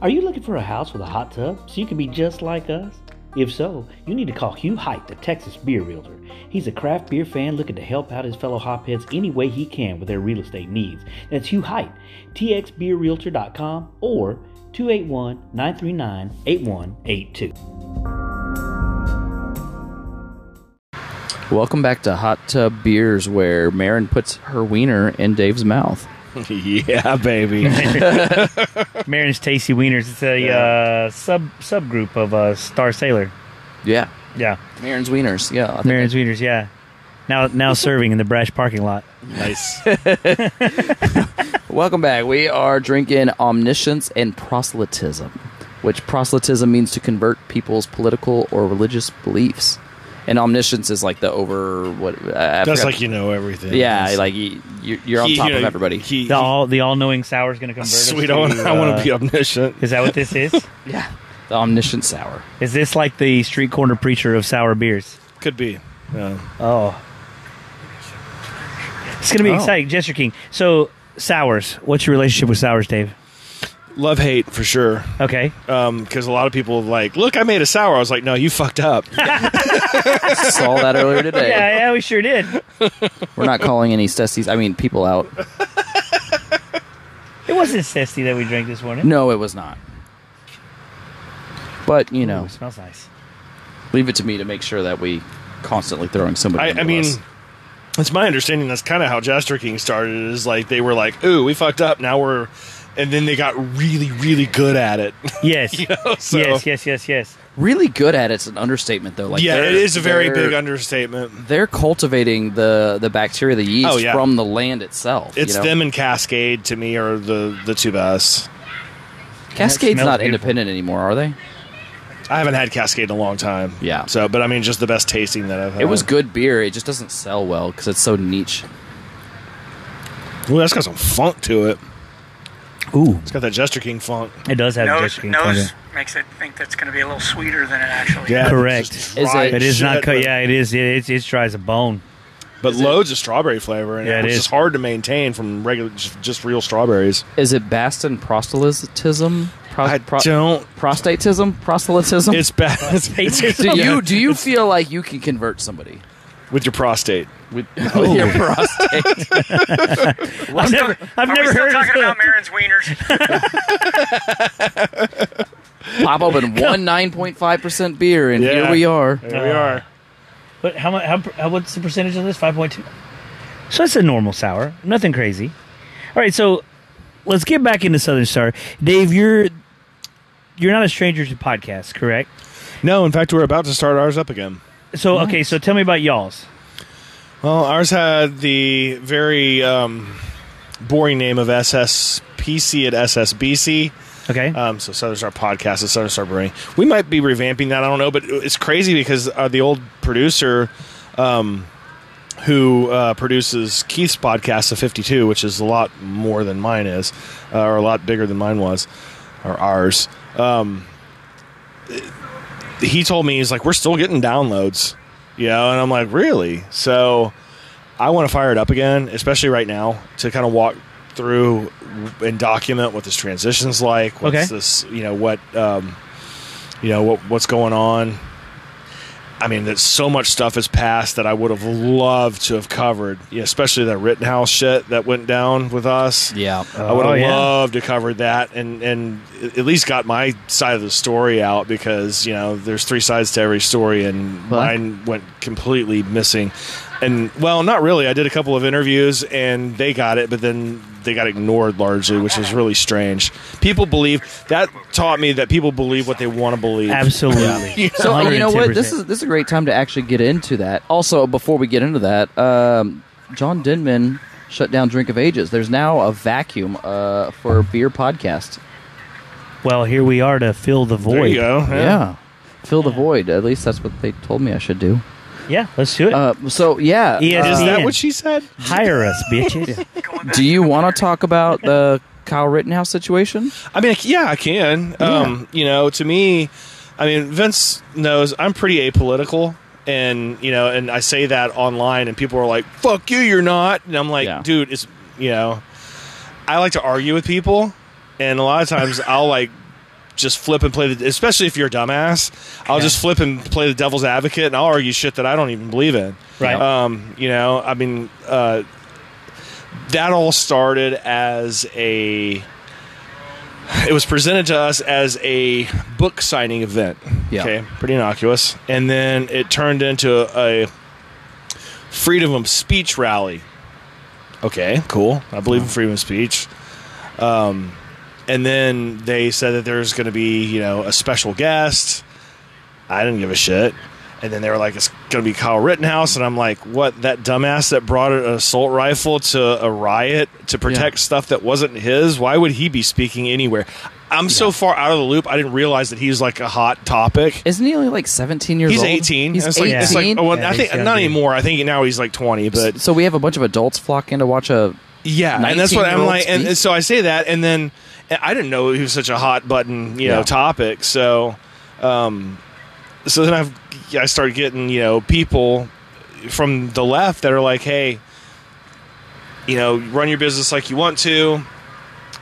I: Are you looking for a house with a hot tub so you can be just like us? If so, you need to call Hugh Height, the Texas beer realtor. He's a craft beer fan looking to help out his fellow hopheads any way he can with their real estate needs. That's Hugh Height, txbeerrealtor.com or 281 939 8182.
B: Welcome back to Hot Tub Beers, where Marin puts her wiener in Dave's mouth.
D: yeah baby
C: Marin's Tasty Wieners. It's a uh, sub subgroup of uh, Star Sailor.
B: Yeah.
C: Yeah,
B: Marin's wieners. Yeah. I think-
C: Marin's Wieners. Yeah, now now serving in the Brash parking lot.
D: nice
B: Welcome back. We are drinking Omniscience and Proselytism, which proselytism means to convert people's political or religious beliefs. And omniscience is like the over what uh, I I
D: That's
B: forgot-
D: like you know everything.
B: yeah, like you, you- you're on
D: He-
B: top
D: you know,
B: of everybody.
D: He,
C: The all the all knowing sour's gonna convert us.
D: sweet, I want,
C: to,
D: I want
C: uh,
D: to be omniscient.
C: Is that what this is?
B: yeah, the omniscient sour.
C: is this like the street corner preacher of sour beers?
D: Could be. Yeah.
C: Oh, it's gonna be
B: Oh.
C: exciting, Jester King. So sours, what's your relationship with sours, Dave?
D: Love hate for sure.
C: Okay,
D: Because a lot of people like, look, I made a sour. I was like, no, you fucked up.
B: Saw that earlier today.
C: yeah, yeah, we sure did.
B: We're not calling any Stessies. I mean, people out.
C: It wasn't zesty that we drank this morning.
B: No, it was not. But you
C: Ooh,
B: know,
C: it smells nice.
B: leave it to me to make sure that we constantly throwing somebody.
D: I,
B: under
D: I mean,
B: us.
D: it's my understanding that's kind of how Jester King started. Is like they were like, ooh, we fucked up. Now we're, and then they got really, really good at it.
C: Yes,
D: so-
C: yes, yes, yes, yes.
B: really good at it's an understatement though. Like,
D: yeah,
B: they're-
D: it is a very
B: they're-
D: big understatement.
B: They're cultivating the the bacteria, the yeast
D: Oh, yeah.
B: from the land itself.
D: It's
B: you know?
D: them and Cascade to me are the the two best.
B: Cascade's
C: Smells
B: not
C: beautiful.
B: independent anymore, are they?
D: I haven't had Cascade in a long time.
B: Yeah.
D: So, but I mean, just the best tasting that I've had.
B: It was good beer. It just doesn't sell well because it's so niche.
D: Ooh, that's got some funk to it.
C: Ooh,
D: It's got that Jester King funk.
C: it does have
E: Nose,
C: Jester King.
E: nose
C: flavor.
E: makes it think that's going to be a little sweeter than it actually is.
C: Correct.
D: It's just
B: Is
D: dry
B: it-
C: It is
D: shit,
C: not. Co-
D: but-
C: yeah, it is. It, it's it's dry as a bone.
D: But loads of strawberry flavor in
C: Yeah, it
D: it, which
C: is.
D: is. hard to maintain from regular, just, just real strawberries.
B: Is it Bastin proselytism? Pro- pro-
D: don't.
B: prostatism? Proselytism?
D: It's bad. It's, it's,
B: do you do you feel like you can convert somebody?
D: with your prostate.
B: with,
D: Oh.
B: with your prostate.
C: I've never, I've
E: Are we
C: never
E: still
C: heard
E: talking
C: of
E: about Marin's wieners?
B: Pop open one nine point five percent beer, and
D: Yeah.
B: here we are.
D: There we are.
C: Uh, But how much? How, how, what's the percentage on this? Five point two. So it's a normal sour, nothing crazy. All right, so let's get back into Southern Star. Dave, you're you're not a stranger to podcasts, correct?
D: No, in fact, we're about to start ours up again.
C: So okay, so tell me about y'all's.
D: Well, ours had the very um, boring name of SSPC at SSBC.
C: Okay,
D: Um, so Southern Star Podcast is Southern Star Brewing. We might be revamping that. I don't know, but it's crazy because uh, the old producer um, who uh, produces Keith's podcast of 52, which is a lot more than mine is, uh, or a lot bigger than mine was, or ours. Um, he told me he's like, we're still getting downloads, you know, and I'm like, really? So I want to fire it up again, especially right now, to kind of walk through and document what this transition's like. What's
C: Okay.
D: this, you know, what, um, you know, what what's going on. I mean, there's so much stuff has passed that I would have loved to have covered, yeah, especially that Rittenhouse shit that went down with us.
B: Yeah,
D: I would
C: Oh,
D: have
C: yeah.
D: loved to cover that and and at least got my side of the story out because you know there's three sides to every story and
B: Well.
D: mine went completely missing. And well, not really. I did a couple of interviews and they got it, but then they got ignored largely, which is really strange. People believe that taught me that people believe what they want to believe.
C: absolutely.
B: So and you know what?
C: 110%.
B: This is this is a great time to actually get into that. Also, before we get into that, um, John Denman shut down Drink of Ages. There's now a vacuum uh, for beer podcast.
C: well. Here we are to fill the void.
D: There you go.
B: Yeah. Fill the void. At least that's what they told me I should do.
C: Yeah, let's do it. E
B: Uh, so yeah,
C: Yes.
D: Is
B: uh,
D: that
C: Yeah.
D: what she said?
C: Hire us, bitches.
B: do you want to talk about the Kyle Rittenhouse situation?
D: I mean, I c- yeah, I can. Um, you know, to me, I mean, Vince knows I'm pretty apolitical, and you know, and I say that online, and people are like, "Fuck you, you're not," and I'm like,
B: Yeah.
D: "Dude, it's you know." I like to argue with people, and a lot of times I'll like just flip and play the, especially if you're a dumbass, I'll just flip and play the devil's advocate, and I'll argue shit that I don't even believe in.
C: Right.
D: Um, you know, I mean, uh, that all started as a it was presented to us as a book signing event.
B: Yeah.
D: Okay, pretty innocuous. And then it turned into a freedom of speech rally. Okay, cool. I believe in freedom of speech. Um, and then they said that there's going to be, you know, a special guest. I didn't give a shit. And then they were like, it's going to be Kyle Rittenhouse. And I'm like, what? That dumbass that brought an assault rifle to a riot to protect stuff that wasn't his? Why would he be speaking anywhere? I'm so far out of the loop. I didn't realize that he was like a hot topic.
B: Isn't he only like 17 years
D: He's
B: old?
D: 18.
B: He's
D: It's
B: 18.
D: like, it's like- oh, well,
C: Yeah,
D: I think
C: he's gotta
D: not
C: be.
D: anymore. I think now he's like 20, but
B: so we have a bunch of adults flock in to watch a.
D: yeah, and that's what I'm
B: 19-year-old
D: like. And,
B: speak?
D: and so I say that, and then and I didn't know he was such a hot button, you know,
B: Yeah.
D: topic. So, um, so then I've I started getting you know people from the left that are like, hey, you know, run your business like you want to.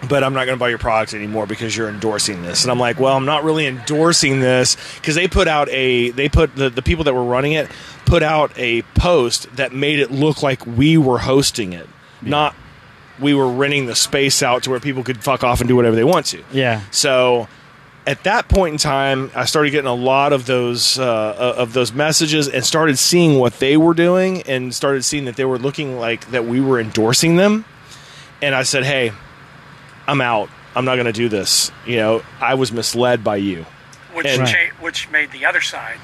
D: But I'm not going to buy your product anymore because you're endorsing this, and I'm like, well, I'm not really endorsing this because they put out a they put the, the people that were running it put out a post that made it look like we were hosting it, not we were renting the space out to where people could fuck off and do whatever they want to.
C: yeah.
D: So at that point in time, I started getting a lot of those uh, of those messages and started seeing what they were doing and started seeing that they were looking like that we were endorsing them. And I said, "Hey, I'm out. I'm not going to do this. You know, I was misled by you."
E: Which,
D: Right.
E: cha- which made the other side.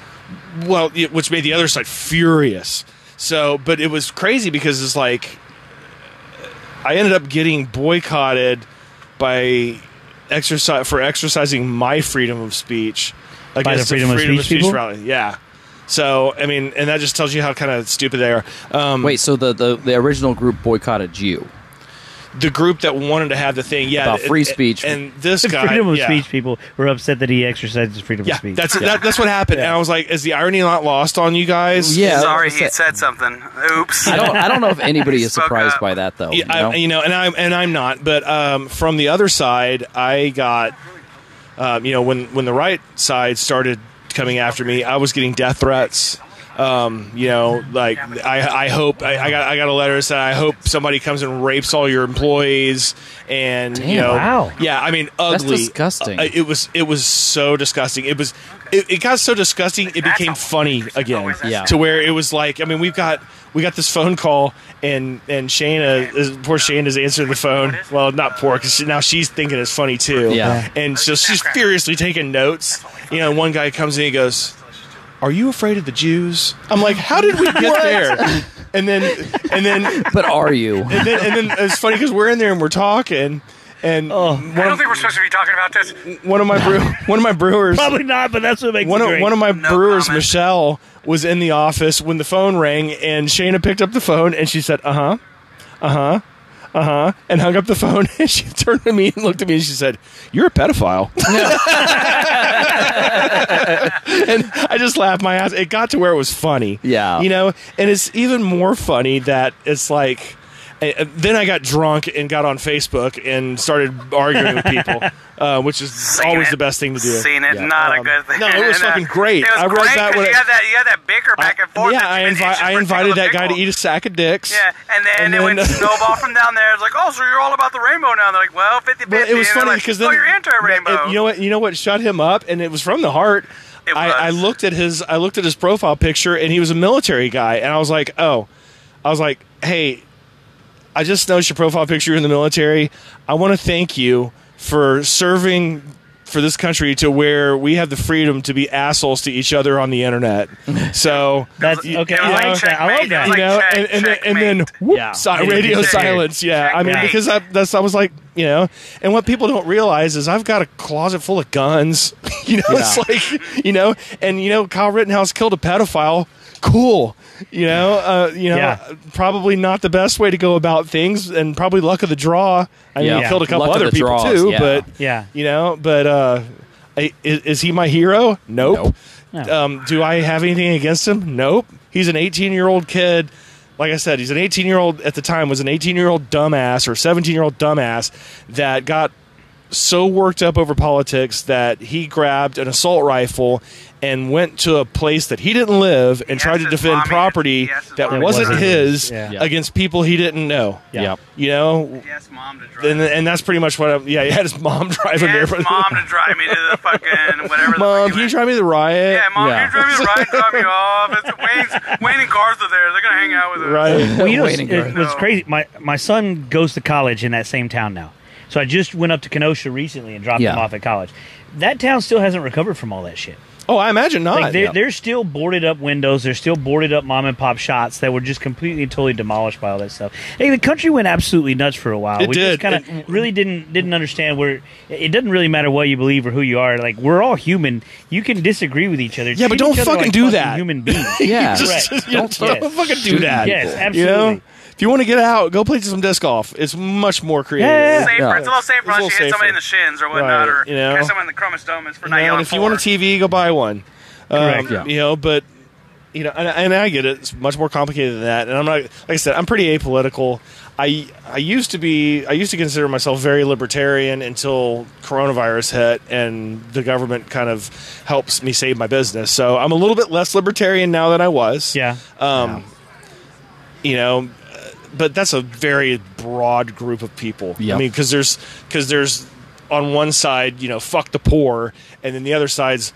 D: well, it- which made the other side furious. So, but it was crazy because it's like I ended up getting boycotted by exercise for exercising my freedom of speech
C: the
D: against
C: freedom of speech people?
D: rally. Yeah. So, I mean, and that just tells you how kind of stupid they are. Um,
B: Wait, so the, the, the original group boycotted you.
D: the group that wanted to have the thing, yeah,
B: About free speech.
D: and, this
C: The
D: guy,
C: freedom of
D: yeah.
C: speech people were upset that he exercises freedom
D: Yeah,
C: of speech.
D: that's That, that's what happened. And I was like, is the irony not lost on you guys?
B: Yeah.
F: Sorry, he
B: that's-
F: said something. Oops.
B: I don't. I don't know if anybody is
F: Spoke
B: surprised
F: up.
B: by that though.
D: Yeah,
B: you know?
D: I, you know, and I'm and I'm not. But um, from the other side, I got, um, you know, when when the right side started coming after me, I was getting death threats. Um, you know, like I, I hope I, I got I got a letter that said I hope somebody comes and rapes all your employees and you
B: Damn.
D: know
I: Wow.
D: yeah I mean ugly
B: disgusting.
D: Uh, it was it was so disgusting it was it, it got so disgusting it
F: That's
D: became
F: how-
D: funny again
F: that's-
B: Yeah.
D: to where it was like I mean we've got we got this phone call and and Shayna is, poor Shayna's answering the phone well not poor because she, now she's thinking it's funny too
B: Yeah.
D: and so she's furiously taking notes you know and one guy comes in he goes are you afraid of the Jews? I'm like, how did we get there? And then, and then, and
B: But are you?
D: then, and then it's funny because we're in there and we're talking, and
E: I don't
D: one,
E: think we're supposed to be talking about this.
D: one of my brew, one of my brewers,
C: Probably not, but that's what makes
D: one
C: it
D: of,
C: great.
D: one of my
F: No
D: brewers,
F: comment.
D: Michelle, was in the office when the phone rang, and Shayna picked up the phone and she said, "Uh huh, uh huh." Uh huh, and hung up the phone. And she turned to me and looked at me, and she said, "You're a pedophile." and I just laughed my ass. It got to where it was funny.
B: Yeah.
D: you know. And it's even more funny that it's like. uh, Then I got drunk and got on Facebook and started arguing with people, uh, which is
F: Seen
D: always
F: it.
D: the best thing to do.
F: Seen it,
D: Yeah.
F: not
D: Um,
F: a good thing.
D: No, it was
F: And, uh,
D: fucking great.
F: It was
D: I read
F: great
D: that
F: 'cause
D: when
F: you
D: it-
F: had that you had that bicker back and forth.
D: yeah,
F: that
D: I,
F: you- it's
D: invi-
F: just
D: I
F: ridiculous
D: invited that guy to
F: pickle.
D: eat a sack of dicks.
F: Yeah, and then,
D: And
F: it went
D: then-
F: snowball from down there. It's like, oh, so you're all about the rainbow now? They're like, well, 50 50.
D: But it was funny because
F: oh,
D: then
F: you're anti-rainbow.
D: You know what? You know what shut him up, and it was from the heart.
F: It
D: I,
F: was.
D: I looked at his I looked at his profile picture, and he was a military guy, and I was like, oh, I was like, hey, I just noticed your profile picture in the military. I want to thank you for serving for this country to where we have the freedom to be assholes to each other on the internet. So
C: That's
D: you-
C: okay.
D: you
C: I
D: know,
C: like that. I love
F: checkmate.
C: that.
D: you
F: Like,
D: know,
F: check-
D: and, and, then, and then
F: checkmate.
D: whoop,
C: Yeah.
D: si-
C: It
D: radio
C: disappeared.
D: silence. Yeah, I mean
F: Checkmate.
D: because I, that's I was like, you know, and what people don't realize is I've got a closet full of guns. you know, it's like you know, and you know, Kyle Rittenhouse killed a pedophile. Cool. You know, uh, you know,
C: Yeah.
D: probably not the best way to go about things, and probably luck of the draw. I mean,
B: Yeah.
D: he killed a couple
B: Luck of
D: other
B: the
D: people
B: draws,
D: too,
B: yeah.
D: but
C: Yeah.
D: you know, but uh, I- is, is he my hero? Nope.
C: No.
D: Um, do I have anything against him? Nope. He's an 18 year old kid. Like I said, he's an 18 year old at the time was an 18 year old dumbass or 17 year old dumbass that got so worked up over politics that he grabbed an assault rifle and went to a place that he didn't live and
F: Yes,
D: tried to
F: his
D: defend
F: mommy-
D: property
F: yes, his
D: that
F: mommy-
D: wasn't
C: Wasn't
D: his
C: his,
B: yeah.
D: against people he didn't know.
C: Yeah. Yep.
D: You know,
F: Yes, mom to drive.
D: and, and that's pretty much what I'm. Yeah, he had his mom driving
F: yes,
D: there.
F: mom to drive me to the fucking whatever. the
D: Mom,
F: fuck
D: can you
F: went.
D: drive me to the riot?
F: Yeah, mom,
B: Yeah.
F: you drive me to Ryan, drop me off. It's Wayne's, Wayne and Garth are there. They're gonna hang out with us.
D: Right.
C: Well, you know,
B: Waiting
C: it
F: for it.
C: was crazy. My my son goes to college in that same town now, so I just went up to Kenosha recently and dropped
B: Yeah.
C: him off at college. That town still hasn't recovered from all that shit.
D: Oh, I imagine not.
C: Like they're, they're still boarded up windows. They're still boarded up mom and pop shots that were just completely and totally demolished by all that stuff. Hey, the country went absolutely nuts for a while.
D: It
C: we just
D: did.
C: kind of really didn't didn't understand where it doesn't really matter what you believe or who you are. Like we're all human. You can disagree with each other.
D: Yeah, but
C: Treat each
D: don't
C: other
D: fucking
C: like
D: do that.
C: Human beings.
B: Yeah.
D: Just-
C: Right.
D: you know,
C: Don't-
D: don't
C: yes.
D: fucking do
B: Shoot
D: that.
C: yes,
B: people.
D: You
C: absolutely.
D: know, if you want to get out, go play some disc golf. It's much more creative.
C: Yeah, yeah,
F: Safer.
B: Yeah.
F: It's a little safer
D: a
F: unless you
D: little
F: hit somebody in
D: safer.
F: the shins or whatnot,
D: Right,
F: or
D: you know.
F: catch someone in the chromosome. It's for
D: You
F: not
D: know,
F: yelling
D: and if you
F: forward.
D: want a TV, go buy one. Um,
C: Correct,
B: yeah.
D: You know, but you know, and, and I get it. It's much more complicated than that. And I'm not, like I said, I'm pretty apolitical. I I used to be, I used to consider myself very libertarian until coronavirus hit, and the government kind of helps me save my business. So I'm a little bit less libertarian now than I was.
C: Yeah.
D: Um, You know, uh, but that's a very broad group of people.
B: Yeah.
D: I mean, because there's because there's on one side, you know, fuck the poor, and then the other side's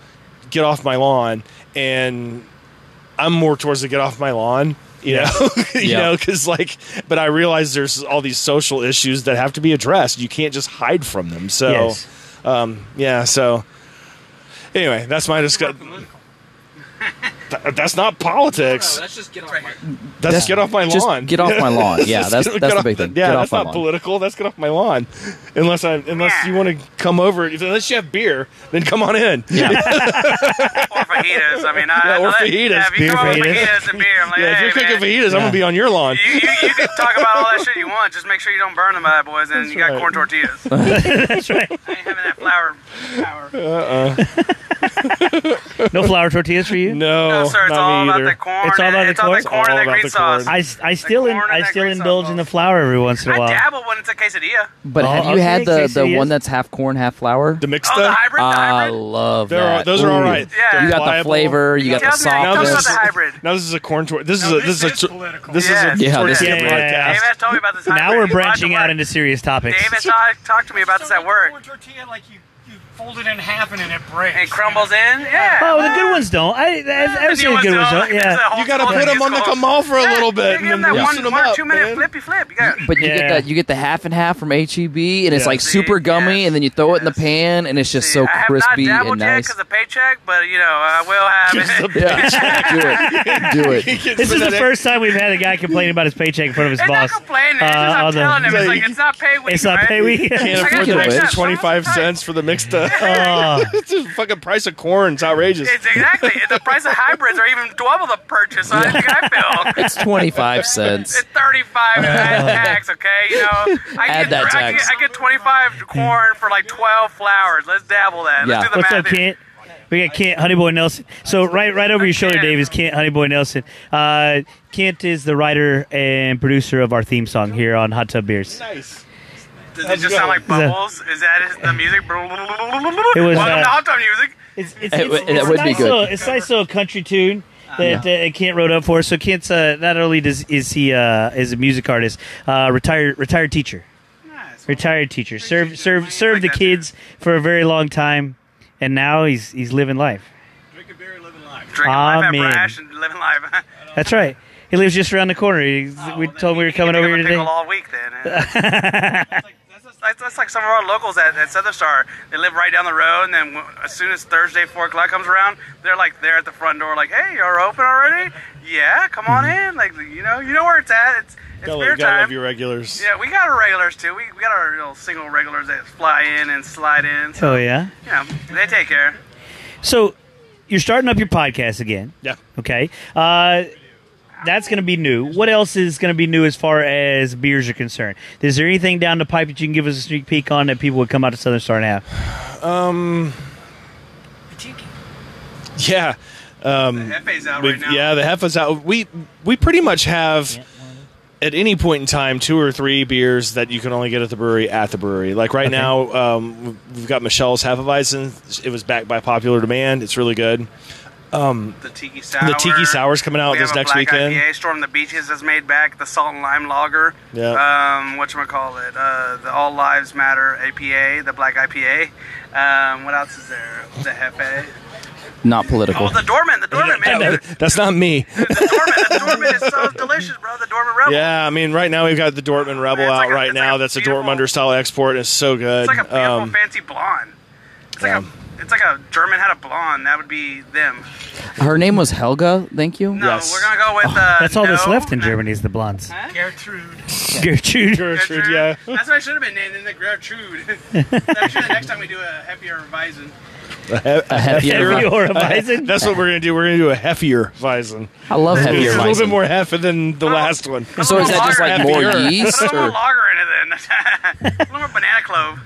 D: get off my lawn, and I'm more towards the get off my lawn. You know, you
B: Yeah.
D: know, because like, but I realize there's all these social issues that have to be addressed. You can't just hide from them. So,
C: Yes.
D: um, yeah. So, anyway, that's my discussion. that's not politics.
E: just get off my.
D: That's get off my
B: Just
D: lawn.
B: get off my lawn. Yeah, that's
D: Get
B: that's the
D: off-
B: big thing.
D: Yeah,
B: get off
D: that's
B: my
D: not
B: lawn.
D: political. That's get off my lawn. Unless I, unless you want to come over, unless you have beer, then come on in.
F: or fajitas. I mean, I,
D: Yeah, or
F: I-
D: fajitas.
F: Yeah, if you
D: Beer
F: come over with
D: fajitas.
F: fajitas and beer, I'm like,
D: yeah, if
F: hey,
D: you're cooking
F: man,
D: fajitas, I'm gonna be on your lawn.
F: You, you, you can talk about all that shit you want. Just make sure you don't burn them bad boys, and you got
D: right.
F: corn tortillas. I ain't
C: That's right.
F: having that flour. flour.
D: Oh,
C: No flour tortillas for you.
D: No,
F: no, sir, it's
D: not
F: all
D: me
F: about
D: either.
F: that corn.
C: It's all
F: and-
C: about the
F: it's all
C: corn.
F: that corn
D: All
F: and that
D: about
F: green
D: the corn.
F: sauce. I,
C: I, I still
F: corn
C: in,
F: and
C: I
F: that
C: still
F: green
C: indulge
F: sauce.
C: in the flour every once in a while.
F: dabble when it's a quesadilla.
B: But
C: Oh,
B: have you
C: okay,
B: had the, the
C: quesadillas.
B: one that's half corn, half flour?
D: The mixed
F: Oh, the
D: stuff. Uh,
F: hybrid. The
B: I
F: hybrid.
B: love
D: They're all-
B: that.
D: those are all right.
F: Yeah.
B: You got got the
D: reliable.
B: flavor. You got the
F: Tells me- tells me about
B: softness.
F: the hybrid.
D: Now this is a corn tour. This is
E: Now
D: a this,
E: this
D: is
E: is
D: a
E: political.
D: this
F: Yes.
D: is a
B: Yeah,
D: towards
B: this
D: the end
C: is-
D: podcast.
C: Yeah.
F: Davis told me about this.
C: Now
F: hybrid.
C: we're
F: You brought to
C: branching out
F: work.
C: into serious topics.
F: Davis talked talk to me about this at work.
E: tortilla, like you, you fold it in half and then it breaks.
F: It crumbles in. Yeah.
C: Oh, the good ones don't. I, I, I've
F: The
C: seen the good ones
F: ones don't.
C: don't.
F: It's
C: Yeah.
F: a whole
D: You got to
F: squad
D: put
F: that
D: them on the
F: gets called.
D: comal for a
F: Yeah,
D: little bit.
F: You give
D: and
F: them that
D: then loosen
F: one,
D: them
F: one or
D: up,
F: two minute
D: man.
F: flippy flip. You got.
B: But you get
C: Yeah.
B: that you get the half and half from HEB, and it's
D: Yeah.
B: like
F: See,
B: super gummy,
F: yes.
B: and then you throw it in the pan, and it's just
F: See,
B: so
F: I have
B: crispy
F: not
B: and
F: dabbled yet
B: nice.
F: because of paycheck, but you know I will have it.
B: Yeah, do it, do it.
C: This is the first time we've had a guy complain about his paycheck in front of his
F: They're
C: boss.
F: not complaining. It's just
C: Uh, all
F: I'm
C: the-
F: telling them. It's like it's not pay week.
C: It's not
F: right?
C: pay week.
D: Can't
F: I
D: afford Ah.
B: got
D: the
B: you,
D: extra
F: bitch.
D: twenty five cents for the mixed up.
C: Oh,
D: it's the fucking price of corn. It's outrageous.
F: It's exactly. The price of hybrids are even double the purchase. I think I feel.
B: It's twenty five cents.
F: It's 35 and add tax, okay? You know, I
B: Add
F: get,
B: that
F: I
B: tax.
F: get, I get 25 corn for like 12 flowers. Let's dabble that.
B: Yeah.
F: Let's do the
C: what's up,
F: math.
C: Kent? We got Kent Honeyboy Nelson. So right, right over your shoulder,
F: Kent.
C: Dave, is Kent Honeyboy Nelson. Uh, Kent is the writer and producer of our theme song here on Hot Tub Beers.
D: nice.
F: Does it just sound like
C: going?
F: bubbles? Is that is the music? It
C: was,
F: was Welcome
C: uh,
F: to hot tub music.
C: It's, it's,
B: It
C: it's,
B: would-
C: it's,
B: it would be
C: nice
B: good. Ah.
C: Little, it's nice little country tune that uh, Kent wrote up for. us. So Kent's uh, not only does is he uh, is a music artist, uh, retired retired teacher, retired teacher, served served served the
F: Like that, dude.
C: kids for a very long time, and now he's he's living life.
E: Drinking beer, living life.
F: Drinking life at
C: Amen.
F: Brash and living life.
C: That's right. He lives just around the corner. He's,
B: Oh,
C: we told him we were coming over
F: Pickle
C: here today.
F: all week then. that's, like, that's like some of our locals at, at Southern Star. They live right down the road, and then w- as soon as Thursday four o'clock comes around, they're like there at the front door, like, "Hey, you're open already? Yeah, come on
C: Mm-hmm.
F: in. Like, you know, you know where it's at. It's it's
D: Gotta,
F: beer
D: love- gotta
F: time.
D: love your regulars.
F: yeah, we got our regulars too. We, we got our little single regulars that fly in and slide in. So
C: Oh yeah.
F: yeah, they take care.
C: So you're starting up your podcast again.
D: Yeah.
C: Okay. Uh, that's going to be new. What else is going to be new as far as beers are concerned? Is there anything down the pipe that you can give us a sneak peek on that people would come out to Southern Star and have?
D: Yeah.
F: FA's out
D: We've-
F: right now.
D: Yeah, the Heffa's out. We we pretty much have at any point in time two or three beers that you can only get at the brewery at the brewery. Like right now, um, we've- we've got Michelle's Hefeweizen. It was backed by popular demand. It's really good.
F: The tiki sour.
D: The Tiki Sour's coming out
F: we
D: this
F: have a
D: next
F: black
D: weekend.
F: IPA. Storm the Beaches has made back the Salt and Lime Lager.
D: Yeah.
F: Um, what call it? Uh, the All Lives Matter APA, the Black IPA. Um, what else is there? The Hefe.
B: Not political.
F: Oh, the Dorman. The Dorman, man. Dude,
D: That's not me.
F: the Dorman. The Dorman is so delicious, bro. The Dorman Rebel.
D: Yeah, I mean, right now we've got the Dortmund Rebel
F: it's
D: out
F: like a-
D: right
F: it's like
D: now.
F: a
D: That's a
F: beautiful-
D: Dortmunder style export. It's so
F: It's
D: good.
F: like a beautiful
D: Um,
F: fancy blonde. It's like a. It's like a German had a blonde. That would be them.
B: Her name was Helga. Thank you.
F: No,
D: Yes.
F: we're gonna go with. Uh,
C: That's all that's
F: no,
C: left in
F: no.
C: Germany is the blondes.
E: Gertrude.
C: Gertrude.
D: Gertrude, yeah.
F: That's what I should have been named in the Gertrude. Actually, next time we do a happier revising.
B: A heavier.
C: Or a bison.
D: That's what we're gonna do. We're gonna do a heffier Weizen.
B: I love
D: It's
B: heavier.
D: a little bit
B: Weizen.
D: more hefe than the last one.
B: So is that just like more
D: Heavier.
B: yeast?
F: Put a little
B: Or?
F: more lager in it then. a little more banana clove.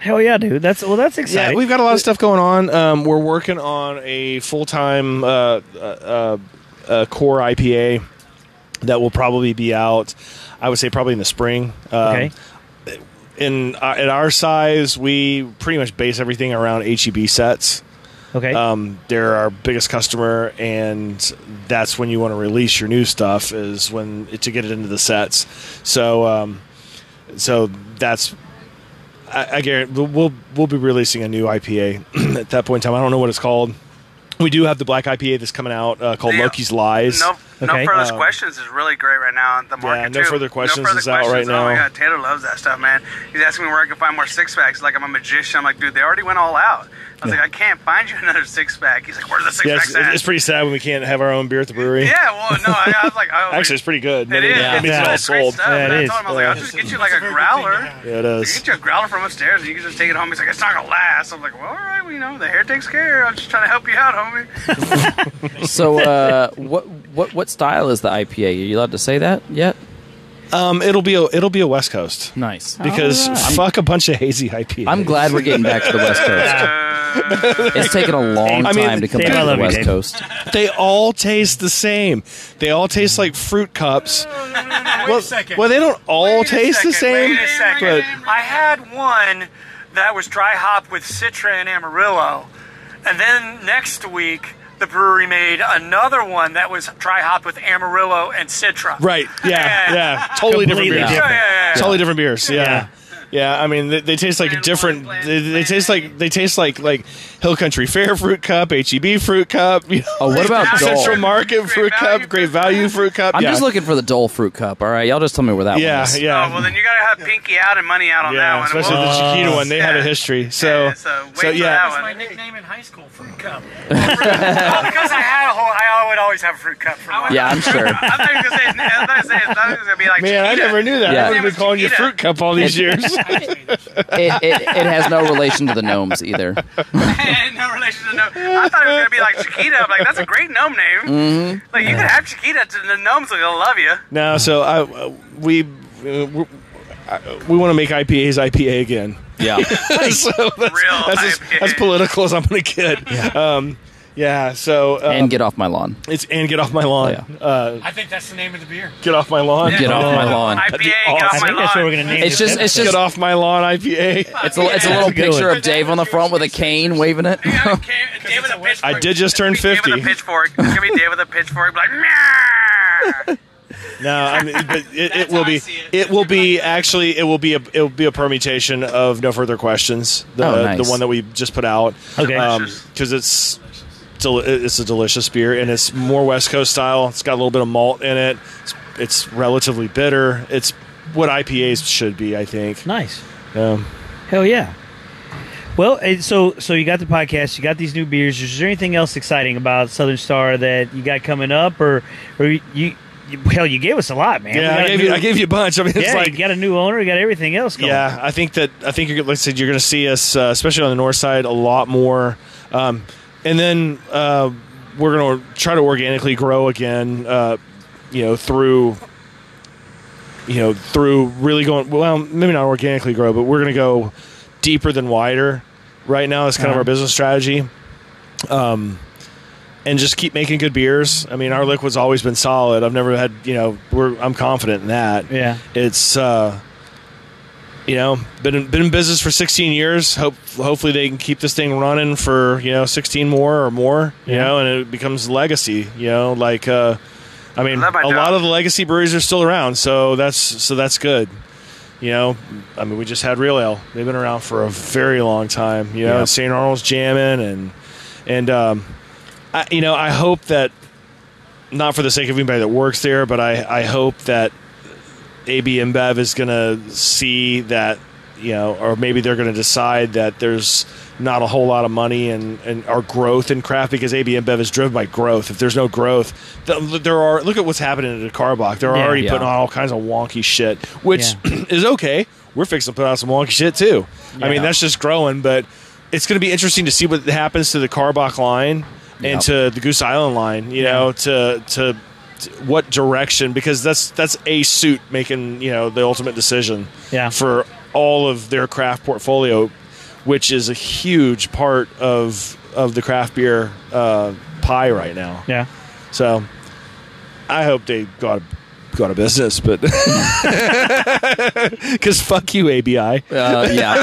C: Hell yeah, dude. That's well. That's
D: Yeah,
C: exciting.
D: we've got a lot of stuff going on. Um, we're working on a full time uh, uh, uh, uh, core IPA that will probably be out. I would say probably in the spring. Um,
C: okay.
D: In uh, at our size, we pretty much base everything around HEB sets.
C: Okay.
D: Um, they're our biggest customer, and that's when you want to release your new stuff is when to get it into the sets. So, um, so that's I, I guarantee we'll- we'll we'll be releasing a new IPA at that point in time. I don't know what it's called. We do have the black IPA that's coming out uh, called
F: Yeah.
D: Loki's Lies.
F: No,
C: Okay.
F: no further
D: Um,
F: questions is really great right now at the market
D: no
F: too.
D: further questions
F: no further
D: is out right
F: questions. Oh my
D: now.
F: god, Taylor loves that stuff, man. He's asking me where I can find more six packs. Like I'm a magician. I'm like, dude, they already went all out. I was like, I can't find you another six pack. He's like, where's the six
D: Yeah,
F: pack?
D: it's, it's pretty sad when we can't have our own beer at the brewery.
F: Yeah, well, no, I, I was like, I was
D: Actually,
F: like,
D: it's pretty good.
F: It is.
D: I mean,
C: Yeah.
D: it's all
F: It's great
D: sold.
F: stuff.
C: Yeah, it
F: And I
C: is.
F: told him, I was like, I'll
D: Yeah.
F: just get you like a growler.
D: Yeah, it
F: I
D: is.
F: get you a growler from upstairs and you can just take it home. He's like, it's not gonna last. I'm like, well, all right, well, you know, the hair takes care. I'm just trying to help you out, homie.
B: So uh, what what what style is the IPA? Are you allowed to say that yet?
D: Um, it'll be a, it'll be a West Coast
B: Nice.
D: because
B: All right.
D: fuck a bunch of hazy IPAs.
B: Oh, I'm glad we're getting back to the West Coast. It's taken a long
D: I mean,
B: time to come
C: Dave,
B: back
C: I
B: to
C: love
B: the
C: you,
B: West
C: Dave.
B: Coast.
D: They all taste the same. They all taste like fruit cups. well,
E: second.
D: well, they don't all
F: Wait a
D: taste the
F: second,
D: same.
F: Wait a second.
D: but
E: I had one that was dry hop with Citra and Amarillo, and then next week the brewery made another one that was dry hopped with Amarillo and Citra.
D: Right. Yeah.
E: And-
D: Yeah. Totally different
C: Completely
D: beers.
E: Yeah, yeah, yeah, yeah.
D: Totally different beers.
C: Yeah.
D: Yeah. Yeah, I mean they, they taste like
E: Plan
D: different.
E: one, plan-
D: They, they
E: plan
D: taste
E: nine.
D: like they taste like like Hill Country Fair fruit cup, HEB fruit cup. You know,
B: Oh, what about
D: like,
B: Dole?
D: Central Market
E: Great
D: fruit
E: value
D: cup, Great Value fruit cup?
B: I'm
D: yeah.
B: just looking for the Dole fruit cup. All right, y'all just tell me where that
D: Yeah,
B: one is.
D: yeah,
E: Oh, well, then you got to have Pinky out and money out on
D: yeah.
E: that one.
D: Especially
E: Well,
B: Uh,
D: the Chiquita one. They have a
E: yeah.
D: history. So,
E: Yeah, so wait
D: so,
E: for that
D: yeah.
E: one.
J: My nickname in high school, Fruit Cup.
E: Oh, because I had a whole, I would always have a fruit cup for lunch.
B: Yeah, I'm sure.
E: I'm not even gonna say. I'm not gonna say. It's not gonna be like.
D: Man, I
E: Chiquita.
D: never knew that.
B: Yeah.
D: I've only been calling you
E: Chiquita.
D: fruit cup all these years.
B: It, it, it has no relation to the gnomes either.
E: no relation to no. I thought it was gonna be like Chiquita. I'm like, that's a great gnome name.
B: Mm-hmm.
E: Like you could have Chiquita. To, the gnomes are gonna love you.
D: No, so I uh, we uh, we- I- we want to make IPAs IPA again.
B: Yeah,
D: so that's,
E: Real
D: that's, as,
E: IPA.
D: as political as I'm going to get. Yeah. Um, yeah. So um,
B: and get off my lawn.
D: it's and get off my lawn.
B: Yeah.
D: Uh,
J: I think that's the name of the beer.
D: get off my lawn.
B: Get off my lawn.
E: IPA, get
C: I
E: off
C: think
E: my
C: that's what we're
E: lawn.
C: gonna name.
B: It's
C: this
B: just it's
D: Get
B: just
D: off my lawn. IPA.
B: it's a, it's a little
C: That's a good
B: picture
C: one.
B: of Dave on the front with a cane waving it.
E: Yeah, I can't- Dave with a pitchfork.
D: I did just turn
E: Give me Dave with a
D: 50.
E: pitchfork. Give me Dave with a pitchfork. Like, nah.
D: No, I mean, but it, it will be. It. will be actually. It will be a. It will be a permutation of no further questions. The
B: Oh, nice.
D: the one that we just put out.
C: Okay.
D: because it's. del- It's a delicious beer, and it's more West Coast style. It's got a little bit of malt in it. It's, it's relatively bitter. It's what IPAs should be, I think.
C: nice.
D: Um,
C: Hell yeah. Well, and so so you got the podcast, you got these new beers. Is there anything else exciting about Southern Star that you got coming up, or or you? you Hell, you gave us a lot, man. We
D: yeah,
C: got
D: I
C: a
D: gave
C: new-
D: you. I gave you a bunch. I mean, it's
C: yeah,
D: like
C: you got a new owner, you got everything else going.
D: Yeah, I think that I think you're like I said you're going to see us, uh, especially on the north side, a lot more. Um, and then uh, we're going to try to organically grow again. Uh, you know, through you know through really going well, maybe not organically grow, but we're going to go deeper than wider. Right now, that's kind of
C: Uh-huh.
D: our business strategy. Um, and just keep making good beers. I mean, our liquid's always been solid. I've never had, you know, we're I'm confident in that
C: yeah.
D: it's uh you know been in, been in business for 16 years hope hopefully they can keep this thing running for you know 16 more or more you
C: Yeah.
D: know and it becomes legacy you know like uh i mean
E: Love my
D: a
E: job.
D: lot of the legacy breweries are still around so that's so that's good you know i mean we just had real ale they've been around for a very long time you know
B: Yeah.
D: st arnold's jamming and and um I, you know i hope that not for the sake of anybody that works there but i i hope that AB InBev is going to see that, you know, or maybe they're going to decide that there's not a whole lot of money and and our growth in craft because AB InBev is driven by growth. If there's no growth, th- there are look at what's happening at Carbach. They're
C: Yeah,
D: already
B: yeah.
D: putting on all kinds of wonky shit, which is okay. We're fixing to put out some wonky shit too. I
B: Yeah.
D: mean, that's just growing, but it's going to be interesting to see what happens to the Carbach line
B: Yep.
D: and to the Goose Island line. You know, to to t- what direction because that's that's a suit making you know the ultimate decision
C: Yeah.
D: for all of their craft portfolio, which is a huge part of of the craft beer uh, pie right now.
C: Yeah.
D: So I hope they got got a business, but because fuck you, ABI.
B: Uh, yeah.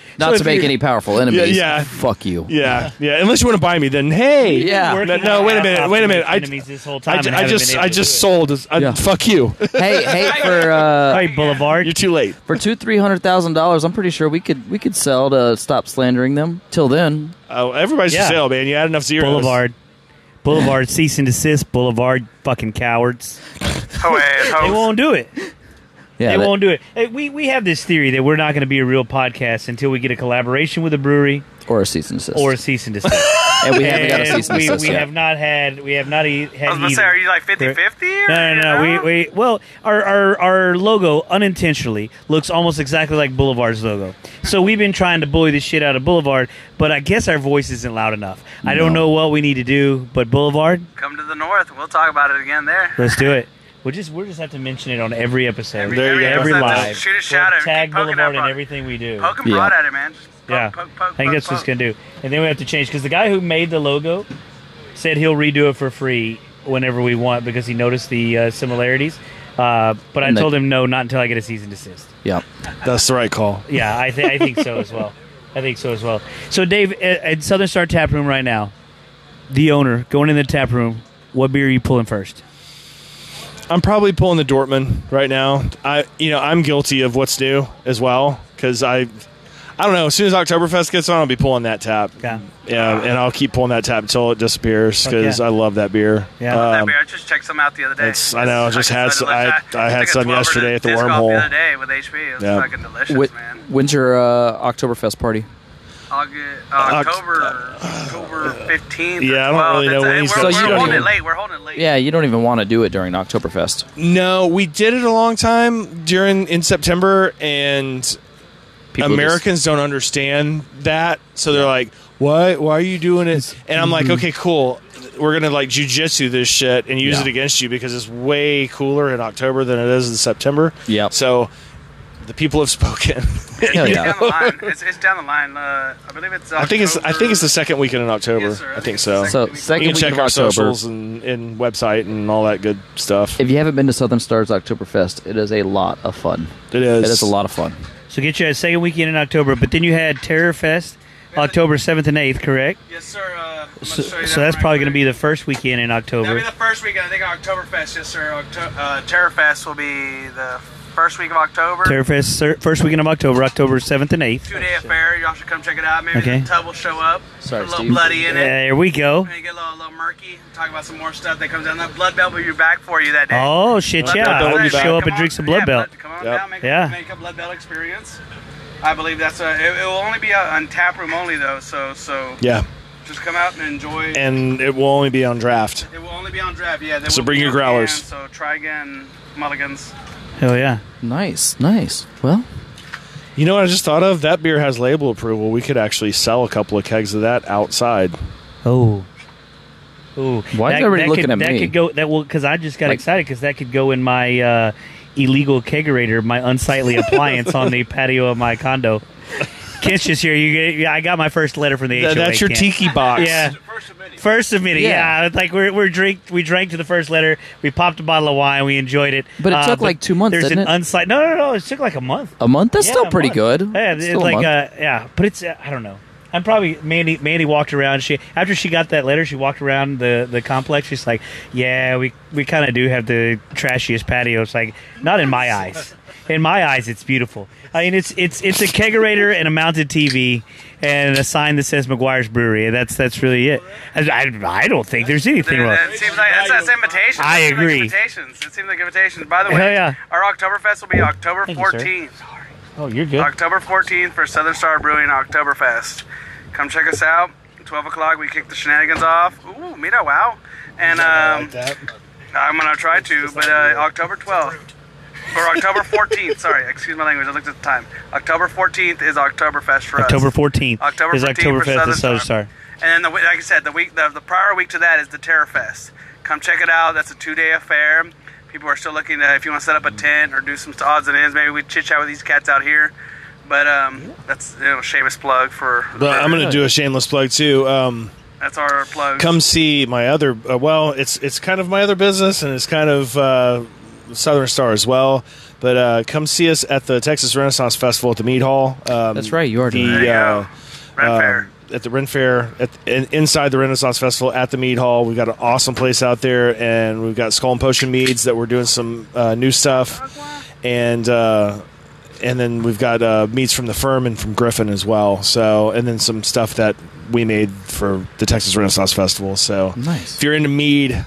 B: Not to
D: if
B: make
D: you-
B: any powerful enemies.
D: Yeah, yeah.
B: Fuck you.
D: Yeah, yeah. Unless you want to buy me, then hey,
B: Yeah.
D: No,
C: Working
D: no,
C: my
D: wait a
C: ass
D: minute,
C: off
D: wait
C: to
D: a minute.
C: make
D: I,
C: enemies this whole time
D: I,
C: and
D: ju- I
C: haven't
D: just,
C: been able
D: I
C: to
D: just
C: do it.
D: sold. I,
B: Yeah.
D: Fuck you.
B: Hey, hey, for uh,
C: Hey, Boulevard.
D: You're too late.
B: for two three hundred thousand dollars, I'm pretty sure we could we could sell to stop slandering them. Till then,
D: Oh, everybody's
C: Yeah.
D: for sale, man. You had enough zeros.
C: Boulevard. Boulevard, cease and desist. Boulevard, fucking cowards.
E: Ho, hey,
D: Oh.
C: They
E: ho.
C: won't do it.
B: yeah,
C: they
B: that-
C: won't do it. Hey, we we have this theory that we're not going to be a real podcast until we get a collaboration with a brewery
B: or a cease and desist,
C: or a cease and desist.
B: and we haven't got
C: And
B: a cease and
C: we,
B: desist
C: we
B: yet.
C: have not had we have not e- had.
E: I was gonna
C: either.
E: say, are you like 50 50?
C: No, no, no. We, we well, our, our our logo unintentionally looks almost exactly like Boulevard's logo. So we've been trying to bully the shit out of Boulevard, but I guess our voice isn't loud enough. I don't
B: No.
C: know what we need to do, but Boulevard,
E: Come to the north. We'll talk about it again there.
C: let's do it. We'll just we'll just have to mention it on every episode,
E: Every-
D: There you go.
C: every
D: episode,
C: live.
E: just shoot a
C: We'll
E: shot at it.
C: tag
E: Keep poking
C: Boulevard
E: up
C: in
E: on it.
C: everything we do.
E: Poke him
B: Yeah.
E: broad at it, man. Just poke,
C: yeah,
E: poke, poke,
C: I think
E: poke,
C: that's what it's
E: poke.
C: gonna do. And then we have to change because the guy who made the logo said he'll redo it for free whenever we want because he noticed the uh, similarities. Uh, but I
B: And the-
C: told him no, not until I get a season desist.
B: yeah,
D: That's the right call.
C: Yeah, I, th- I think so as well. I think so as well. So, Dave, at, at Southern Star Tap Room right now, the owner going in the tap room. What beer are you pulling first?
D: I'm probably pulling the Dortmund right now. I, you know, I'm guilty of what's new as well because I, I don't know. As soon as Oktoberfest gets on, I'll be pulling that tap.
C: Yeah.
D: Yeah, and I'll keep pulling that tap until it disappears
C: Fuck yeah.
D: because I love that beer.
C: Yeah.
D: Uh,
F: that beer. I just checked some out the other day.
D: it's- I know, I just had
F: decided
D: some-
F: to let
D: I-
F: that-
D: I had
F: took a
D: some
F: 12er
D: yesterday at the
F: disc golf
D: Wormhole.
F: The other day with HP, it was
D: Yeah.
F: fucking delicious,
B: Wh-
F: man.
B: when's your uh, Oktoberfest party?
F: August, uh,
D: Oct-
F: October, October fifteenth.
D: Yeah, I don't really know when he's
F: we're,
B: gonna-
F: we're
B: So you don't
F: holding
B: even-
F: it late. We're holding it late.
B: Yeah, you don't even want to do it during Oktoberfest.
D: no, we did it a long time during in September, and
B: People
D: Americans don't understand that, so they're like, "What? Why are you doing it?" And I'm
C: mm-hmm.
D: like, "Okay, cool. We're gonna like jujitsu this shit and use
B: Yeah.
D: it against you because it's way cooler in October than it is in September."
B: Yep.
D: So the people have spoken.
B: Just, hell
F: It's
B: yeah.
F: down the line. It's, it's down the line. Uh, I believe it's.
D: I think it's I think it's the second weekend in October.
F: Yes, sir.
D: I think so.
F: It's the
B: So
F: You can
B: second
D: you can
B: week
D: check
B: of
D: our
B: October.
D: socials and, and website and all that good stuff.
B: If you haven't been to Southern Stars Oktoberfest, it is a lot of fun.
D: it is.
B: It is a lot of fun.
C: So get you a second weekend in October, but then you had Terror Fest, October seventh and eighth, correct?
J: Yes, sir. Uh, I'm
C: So, so that's probably going to be the first weekend in
J: That'll
C: October.
J: be the first weekend. I think Oktoberfest. Yes, sir. Octo- uh,
F: Terrorfest will be the first week of October.
C: Terror Fest, sir- first weekend of October, October seventh and eighth.
F: Two day affair. Y'all should come check it out. Maybe
C: Okay.
F: the tub will show up.
B: Sorry,
F: Put a little
B: Steve.
F: bloody in it.
C: There we go.
F: Maybe get a little, a little murky. Talk about some more stuff that comes down. That blood belt will be back for you that day.
C: Oh shit!
F: Blood
C: Yeah,
F: Belt
C: I'm
F: will
C: gonna
F: be back.
C: show up
F: Come
C: and
F: on-
C: drink some
F: yeah,
C: blood belt.
F: Come on
D: Yep.
F: down, make,
C: Yeah.
F: yeah. make a blood belt experience. I believe that's a. It, it will only be on tap room only though. So so
D: Yeah,
F: just come out and enjoy.
D: and it will only be on draft.
F: It will only be on draft, yeah. there
D: So
F: will
D: bring
F: be
D: your
F: no can,
D: growlers.
F: so try again, Mulligans.
C: Hell yeah!
B: Nice, nice. Well,
D: You know what I just thought of? That beer has label approval. We could actually sell a couple of kegs of that outside.
C: Oh. Ooh.
B: Why is
C: that,
B: everybody
C: that
B: looking
C: could,
B: at
C: that
B: me?
C: Could go, that will because I just got
B: Like-
C: excited because that could go in my uh, illegal kegerator, my unsightly appliance on the patio of my condo. Kent's just here. You get, yeah, I got my first letter from the
D: Th-
C: HOA.
D: that's your
C: Kent.
D: tiki box.
C: Yeah.
J: first of many.
C: First of many, yeah.
B: Yeah.
C: Like we're, we're drink we drank to the first letter. We popped a bottle of wine. We enjoyed it. Uh,
B: But it took, like, two months,
C: There's an
B: didn't it?
C: unsight. No, no, no. It took like a month.
B: a month that's
C: Yeah,
B: still
C: a
B: pretty
C: month.
B: good.
C: Yeah, it's,
B: still a
C: like
B: month.
C: uh, yeah, but it's uh, I don't know. I'm probably Mandy. Mandy walked around. She after she got that letter, she walked around the, the complex. She's like, "Yeah, we we kind of do have the trashiest patio." It's like not in my eyes. In my eyes, it's beautiful. I mean, it's it's it's a kegerator and a mounted TV and a sign that says McGuire's Brewery. That's that's really it. I, I, I don't think there's anything
F: Dude,
C: wrong.
F: that seems like that's, that's invitations.
C: I
F: That seems like
C: agree.
F: invitations. It seems like invitations. By the way,
C: Hell yeah.
F: our Oktoberfest will be October
C: Thank you, sir.
F: 14th.
C: Oh, you're good.
F: October 14th for Southern Star Brewing Oktoberfest. Come check us out. 12 o'clock, we kick the shenanigans off. Ooh, meet our wow. And um, I'm going to try to, but uh, October 12th. Or October 14th, sorry, excuse my language, I looked at the time. October 14th is Oktoberfest for us.
C: October 14th
F: October
C: is
F: 14th for
C: Oktoberfest
F: Southern
C: at Southern
F: Star.
C: Star.
F: And then, the, week- like I said, the week the, the prior week to that is the Terror Fest. Come check it out. That's a two day affair. People are still looking to, if you want to set up a tent or do some odds and ends, maybe we chit chat with these cats out here. But um, that's you know, shameless plug for.
D: But I'm going to do a shameless plug too. Um,
F: That's our plug.
D: come see my other. Uh, well, it's it's kind of my other business, and it's kind of uh, Southern Star as well. But uh, come see us at the Texas Renaissance Festival at the Mead Hall. Um,
B: That's right, you are doing
F: There you
D: The, uh,
F: go. Red
D: um,
F: Fair.
D: at the Ren Fair, at in, inside the Renaissance Festival, at the Mead Hall. We've got an awesome place out there, and we've got Skull and Potion Meads that we're doing some uh, new stuff, and uh, and then we've got uh, meads from the firm and from Griffin as well. So, and then some stuff that we made for the Texas Renaissance Festival. So,
B: Nice.
D: If you're into mead,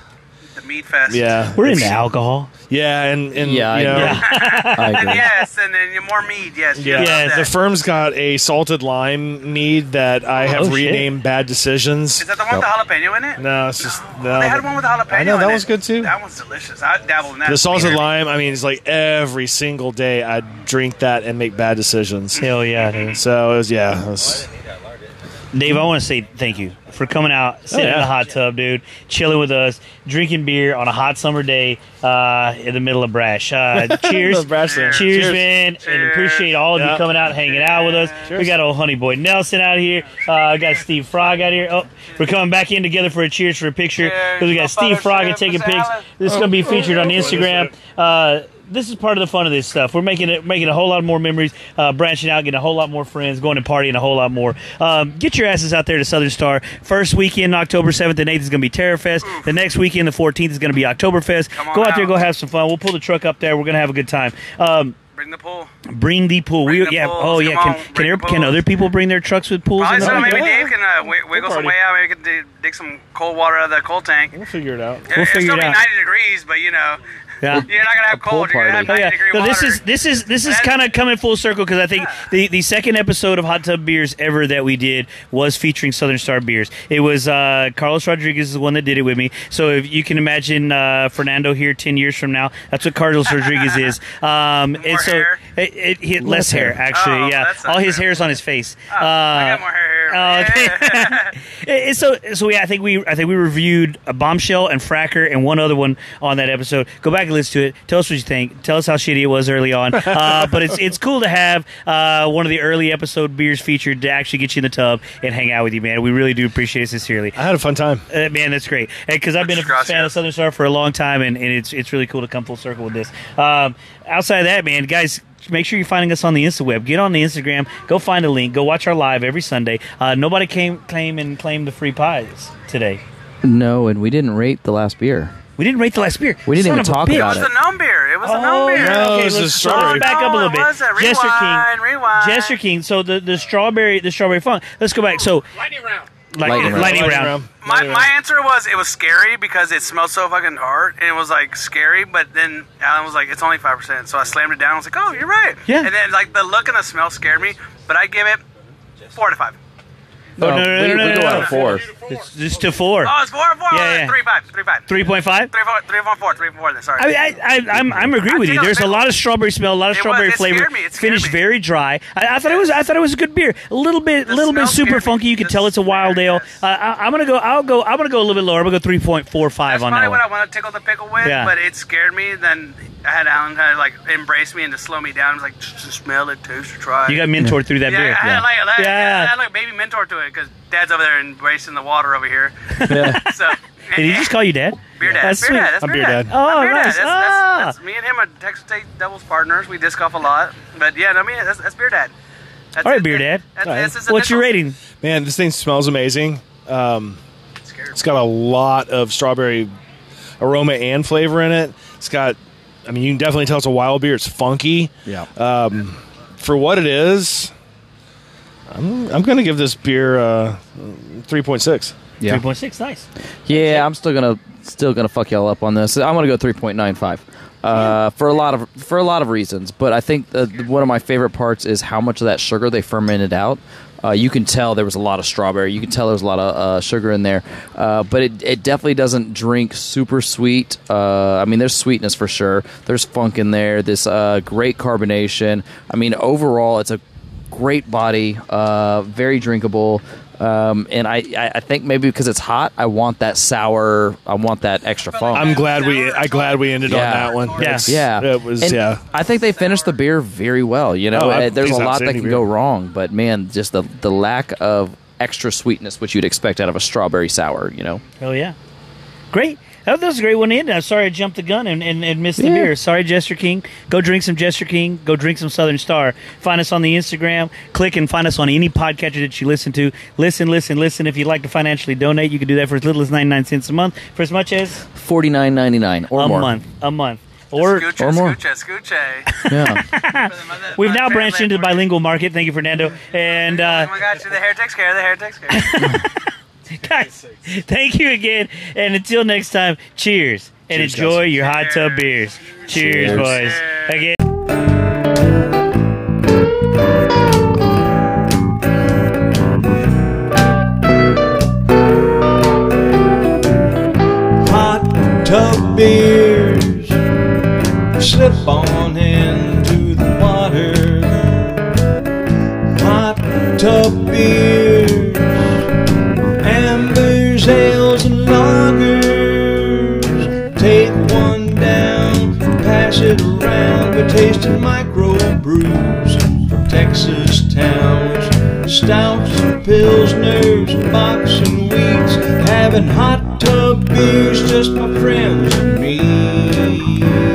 F: The Mead Fest.
D: yeah,
C: We're into
D: it's-
C: alcohol.
D: Yeah, and and
B: Yeah,
D: you
B: I
D: know,
B: agree.
C: Yeah.
B: I
F: And
B: agree.
F: yes, and then more mead. Yes.
D: Yeah.
F: yes.
C: Yeah,
D: The firm's got a salted lime mead that I have
C: Oh, shit.
D: renamed Bad Decisions.
F: Is that the one with the jalapeno in it?
D: No, it's just no.
F: They had one with jalapeno.
D: I know, that
F: in it.
D: was good, too.
F: That one's delicious. I dabbled in that.
D: the salted
F: Weird.
D: lime. I mean, it's like every single day I drink that and make bad decisions.
C: Hell yeah, dude.
D: So it was yeah. It was,
C: Dave, I want to say thank you for coming out, sitting in
D: Oh, yeah.
C: the hot tub, dude, chilling with us, drinking beer on a hot summer day uh, in the middle of Brash. Uh, cheers.
D: Brash there.
C: cheers,
D: Cheers.
C: man. And
F: Cheers.
C: appreciate all of you
D: Yeah.
C: coming out, hanging out with us. We got old Honey Boy Nelson out here. Uh, got Steve Frog out here. Oh, we're coming back in together for a cheers for a picture
F: Cheers,
C: because we
F: my
C: got Steve
F: brother,
C: Frog and
F: Chef,
C: taking
F: Miss
D: Oh,
C: pics.
F: Alice.
C: This is going to be featured on Instagram. Uh, this is part of the fun of this stuff. We're making it making a whole lot more memories, uh, branching out, getting a whole lot more friends, going and partying a whole lot more. Um, get your asses out there to Southern Star. First weekend, October seventh and eighth is going to be Terrorfest. The next weekend, the fourteenth is going to be Oktoberfest.
F: Come on
C: Go out, there,
F: out.
C: go have some fun. We'll pull the truck up there. We're going to have a good time. Um,
F: Bring the pool.
C: bring the pool.
F: Bring
C: we,
F: the
C: yeah.
F: pools.
C: Oh yeah.
F: Come
C: Can
F: on,
C: can,
F: bring
C: there-
F: the
C: can
F: pools.
C: other people bring their trucks with pools?
F: Probably
C: in
F: so
C: them?
F: maybe Dave can uh, wi- wiggle some
D: party.
F: way out. Maybe we can d- dig some cold water out of the coal tank.
D: We'll figure it out.
C: We'll
F: it's
C: figure
F: gonna
C: it
F: be
C: out.
F: 90 degrees, but you know,
C: Yeah.
F: you're not gonna have
B: pool
F: cold. You're gonna have
B: party.
F: 90
C: Oh, yeah.
F: degree
C: No,
F: water.
C: this is this is this is
F: That's-
C: kind of coming full circle because I think the, the second episode of Hot Tub Beers ever that we did was featuring Southern Star beers. It was uh, Carlos Rodriguez is the one that did it with me. So if you can imagine uh, Fernando here ten years from now, that's what Carlos Rodriguez is. Um, and
F: More
C: so
F: hair?
C: It, it, he- less, hair, actually.
F: Oh,
C: yeah,
F: that's not
C: all his
F: fair. Oh,
C: hair is on his face. uh,
F: I got more hair.
C: Oh, okay.
F: Yeah.
C: It- it's so so yeah, I think we I think we reviewed a bombshell and fracker and one other one on that episode. Go back and listen to it. Tell us what you think. Tell us how shitty it was early on. Uh, but it's it's cool to have uh, one of the early episode beers featured to actually get you in the tub and hang out with you, man. We really do appreciate it sincerely.
D: I had a fun time.
C: Uh, man, that's great. Because I've been a
F: Gracias.
C: fan of Southern Star for a long time, and, and it's it's really cool to come full circle with this. Um, outside of that, man, guys. Make sure you're finding us on the InstaWeb. Get on the Instagram. Go find a link. Go watch our live every Sunday. Uh, nobody came claim and claim the free pies today.
B: No, and we didn't rate the last beer.
C: We didn't rate the last beer.
B: We didn't
C: Son
B: even
C: of a
B: talk
C: bitch.
B: about
F: It was the numb beer. It was the
C: Oh,
F: numb beer.
D: no.
C: okay,
D: it's a
C: let's let's
D: strawberry.
C: back up a
F: No,
C: little
F: it
C: bit.
F: wasn't.
C: Jester
F: Rewind,
C: King.
F: rewind.
C: Jester King. So the, the strawberry the strawberry funk. Let's go back. So
J: Lightning round.
C: like
B: Lightning
C: lightning
B: round.
D: Lightning
C: round.
D: round.
F: My,
D: Lightning
F: my
D: round.
F: answer was it was scary because it smelled so fucking hard and it was like scary, but then Alan was like, it's only 5%. So I slammed it down. I was like, oh, you're right.
C: Yeah.
F: And then like the look and the smell scared me, but I give it four to five.
B: No,
C: no, no,
B: we,
C: no, no,
B: we
C: no,
B: go
C: no.
B: out of four.
C: It's just to four.
F: Oh, it's four and four.
C: Yeah,
F: Alright,
C: yeah.
F: Three, five, three, five.
C: Three point five.
F: Three, four, three, one, four, three, four. Then, sorry.
C: I mean, I, I, I'm, I'm agree with you. There's a lot of strawberry smell, a lot of
F: It
C: strawberry
F: was- it
C: flavor.
F: scared me, it scared
C: Finished
F: me.
C: very dry. I, I thought it was. I thought it was a good beer. A little bit,
F: The
C: little bit
F: smell
C: super
F: scared me.
C: funky. You can
F: The
C: tell it's a wild
F: smell,
C: ale.
F: yes.
C: Uh, I, I'm gonna go. I'll go. I'm gonna go a little bit lower. I'm gonna go three point four five
F: That's
C: on
F: probably
C: that
F: what
C: one.
F: I want to tickle the pickle with,
C: Yeah.
F: but it scared me. Then I had Alan kind of like embrace me and to slow me down. I was like, just just smell it, taste it, try it.
C: You got mentored through that
F: yeah,
C: beer.
F: I had like, I had-
C: Yeah.
F: I had like a baby mentor to it because dad's over there embracing the water over here. so,
C: Did he just call you dad?
F: Beer dad.
C: That's
F: beer
C: sweet.
F: dad. That's
D: I'm
F: beer
D: beer
F: dad.
D: dad.
C: Oh,
F: beer
C: nice.
F: Dad. That's,
C: Ah.
F: that's, that's me and him are Texas State Devils partners. We disc golf a lot, but yeah, no, I mean that's, that's beer dad. That's
C: All right,
F: it.
C: beer dad.
F: That's,
D: All right.
F: that's his
C: What's your
F: initials.
C: rating?
D: Man, this thing smells amazing. Um,
F: Scared.
D: It's got a lot of strawberry aroma and flavor in it. It's got, I mean, you can definitely tell it's a wild beer. It's funky. Um,
B: Yeah.
D: For what it is, I'm, I'm going to give this beer uh, 3.6.
B: yeah.
C: Three point six. Nice.
B: Yeah, I'm still gonna still gonna fuck y'all up on this. I'm gonna go 3.95 uh, for a lot of for a lot of reasons. But I think uh, one of my favorite parts is how much of that sugar they fermented out. Uh, you can tell there was a lot of strawberry. You can tell there was a lot of uh, sugar in there, uh, but it, it definitely doesn't drink super sweet. Uh, I mean, there's sweetness for sure. There's funk in there. This uh, great carbonation. I mean, overall, it's a great body, uh, very drinkable. Um, and I, I, I think maybe because it's hot, I want that sour. I want that extra funk.
D: I'm glad we I glad we ended
B: Yeah.
D: on that one.
C: Yeah.
D: It's-
B: yeah,
D: It was
B: And
D: yeah.
B: I think they finished the beer very well. You know,
D: Oh, I-
B: Uh, there's
D: please
B: a
D: don't
B: lot
D: say
B: that
D: any
B: can
D: beer.
B: go wrong, but man, just the the lack of extra sweetness which you'd expect out of a strawberry sour. You know,
C: Oh yeah. Great. Oh, That that was a great one to end. on. sorry I jumped the gun and, and, and missed the
B: Yeah.
C: beer. Sorry, Jester King. Go drink some Jester King. Go drink some Southern Star. Find us on the Instagram. Click and find us on any podcatcher that you listen to. Listen, listen, listen. If you'd like to financially donate, you can do that for as little as 99 cents a month, for as much as
B: forty nine ninety nine or
C: a
B: more.
C: month. A month. Or
F: Scooch
B: or
F: it,
B: more.
F: scooch it, scooch it.
B: Yeah,
C: we've now branched into the bilingual market. Thank you, Fernando. And
F: Oh
C: uh,
F: my God! The hair takes care. The hair takes care.
C: guys, uh, thank you again. And until next time, cheers and
D: Cheers,
C: enjoy
D: guys.
C: your hot tub beers. Cheers,
B: Cheers.
C: boys. Again.
A: hot tub beers. Slip on into the water. Hot tub beers, ambers, ales, and lagers. Take one down, pass it around. We're tasting microbrews, Texas towns, stouts, pilsners, box and wheats. Having hot tub beers, just my friends and me.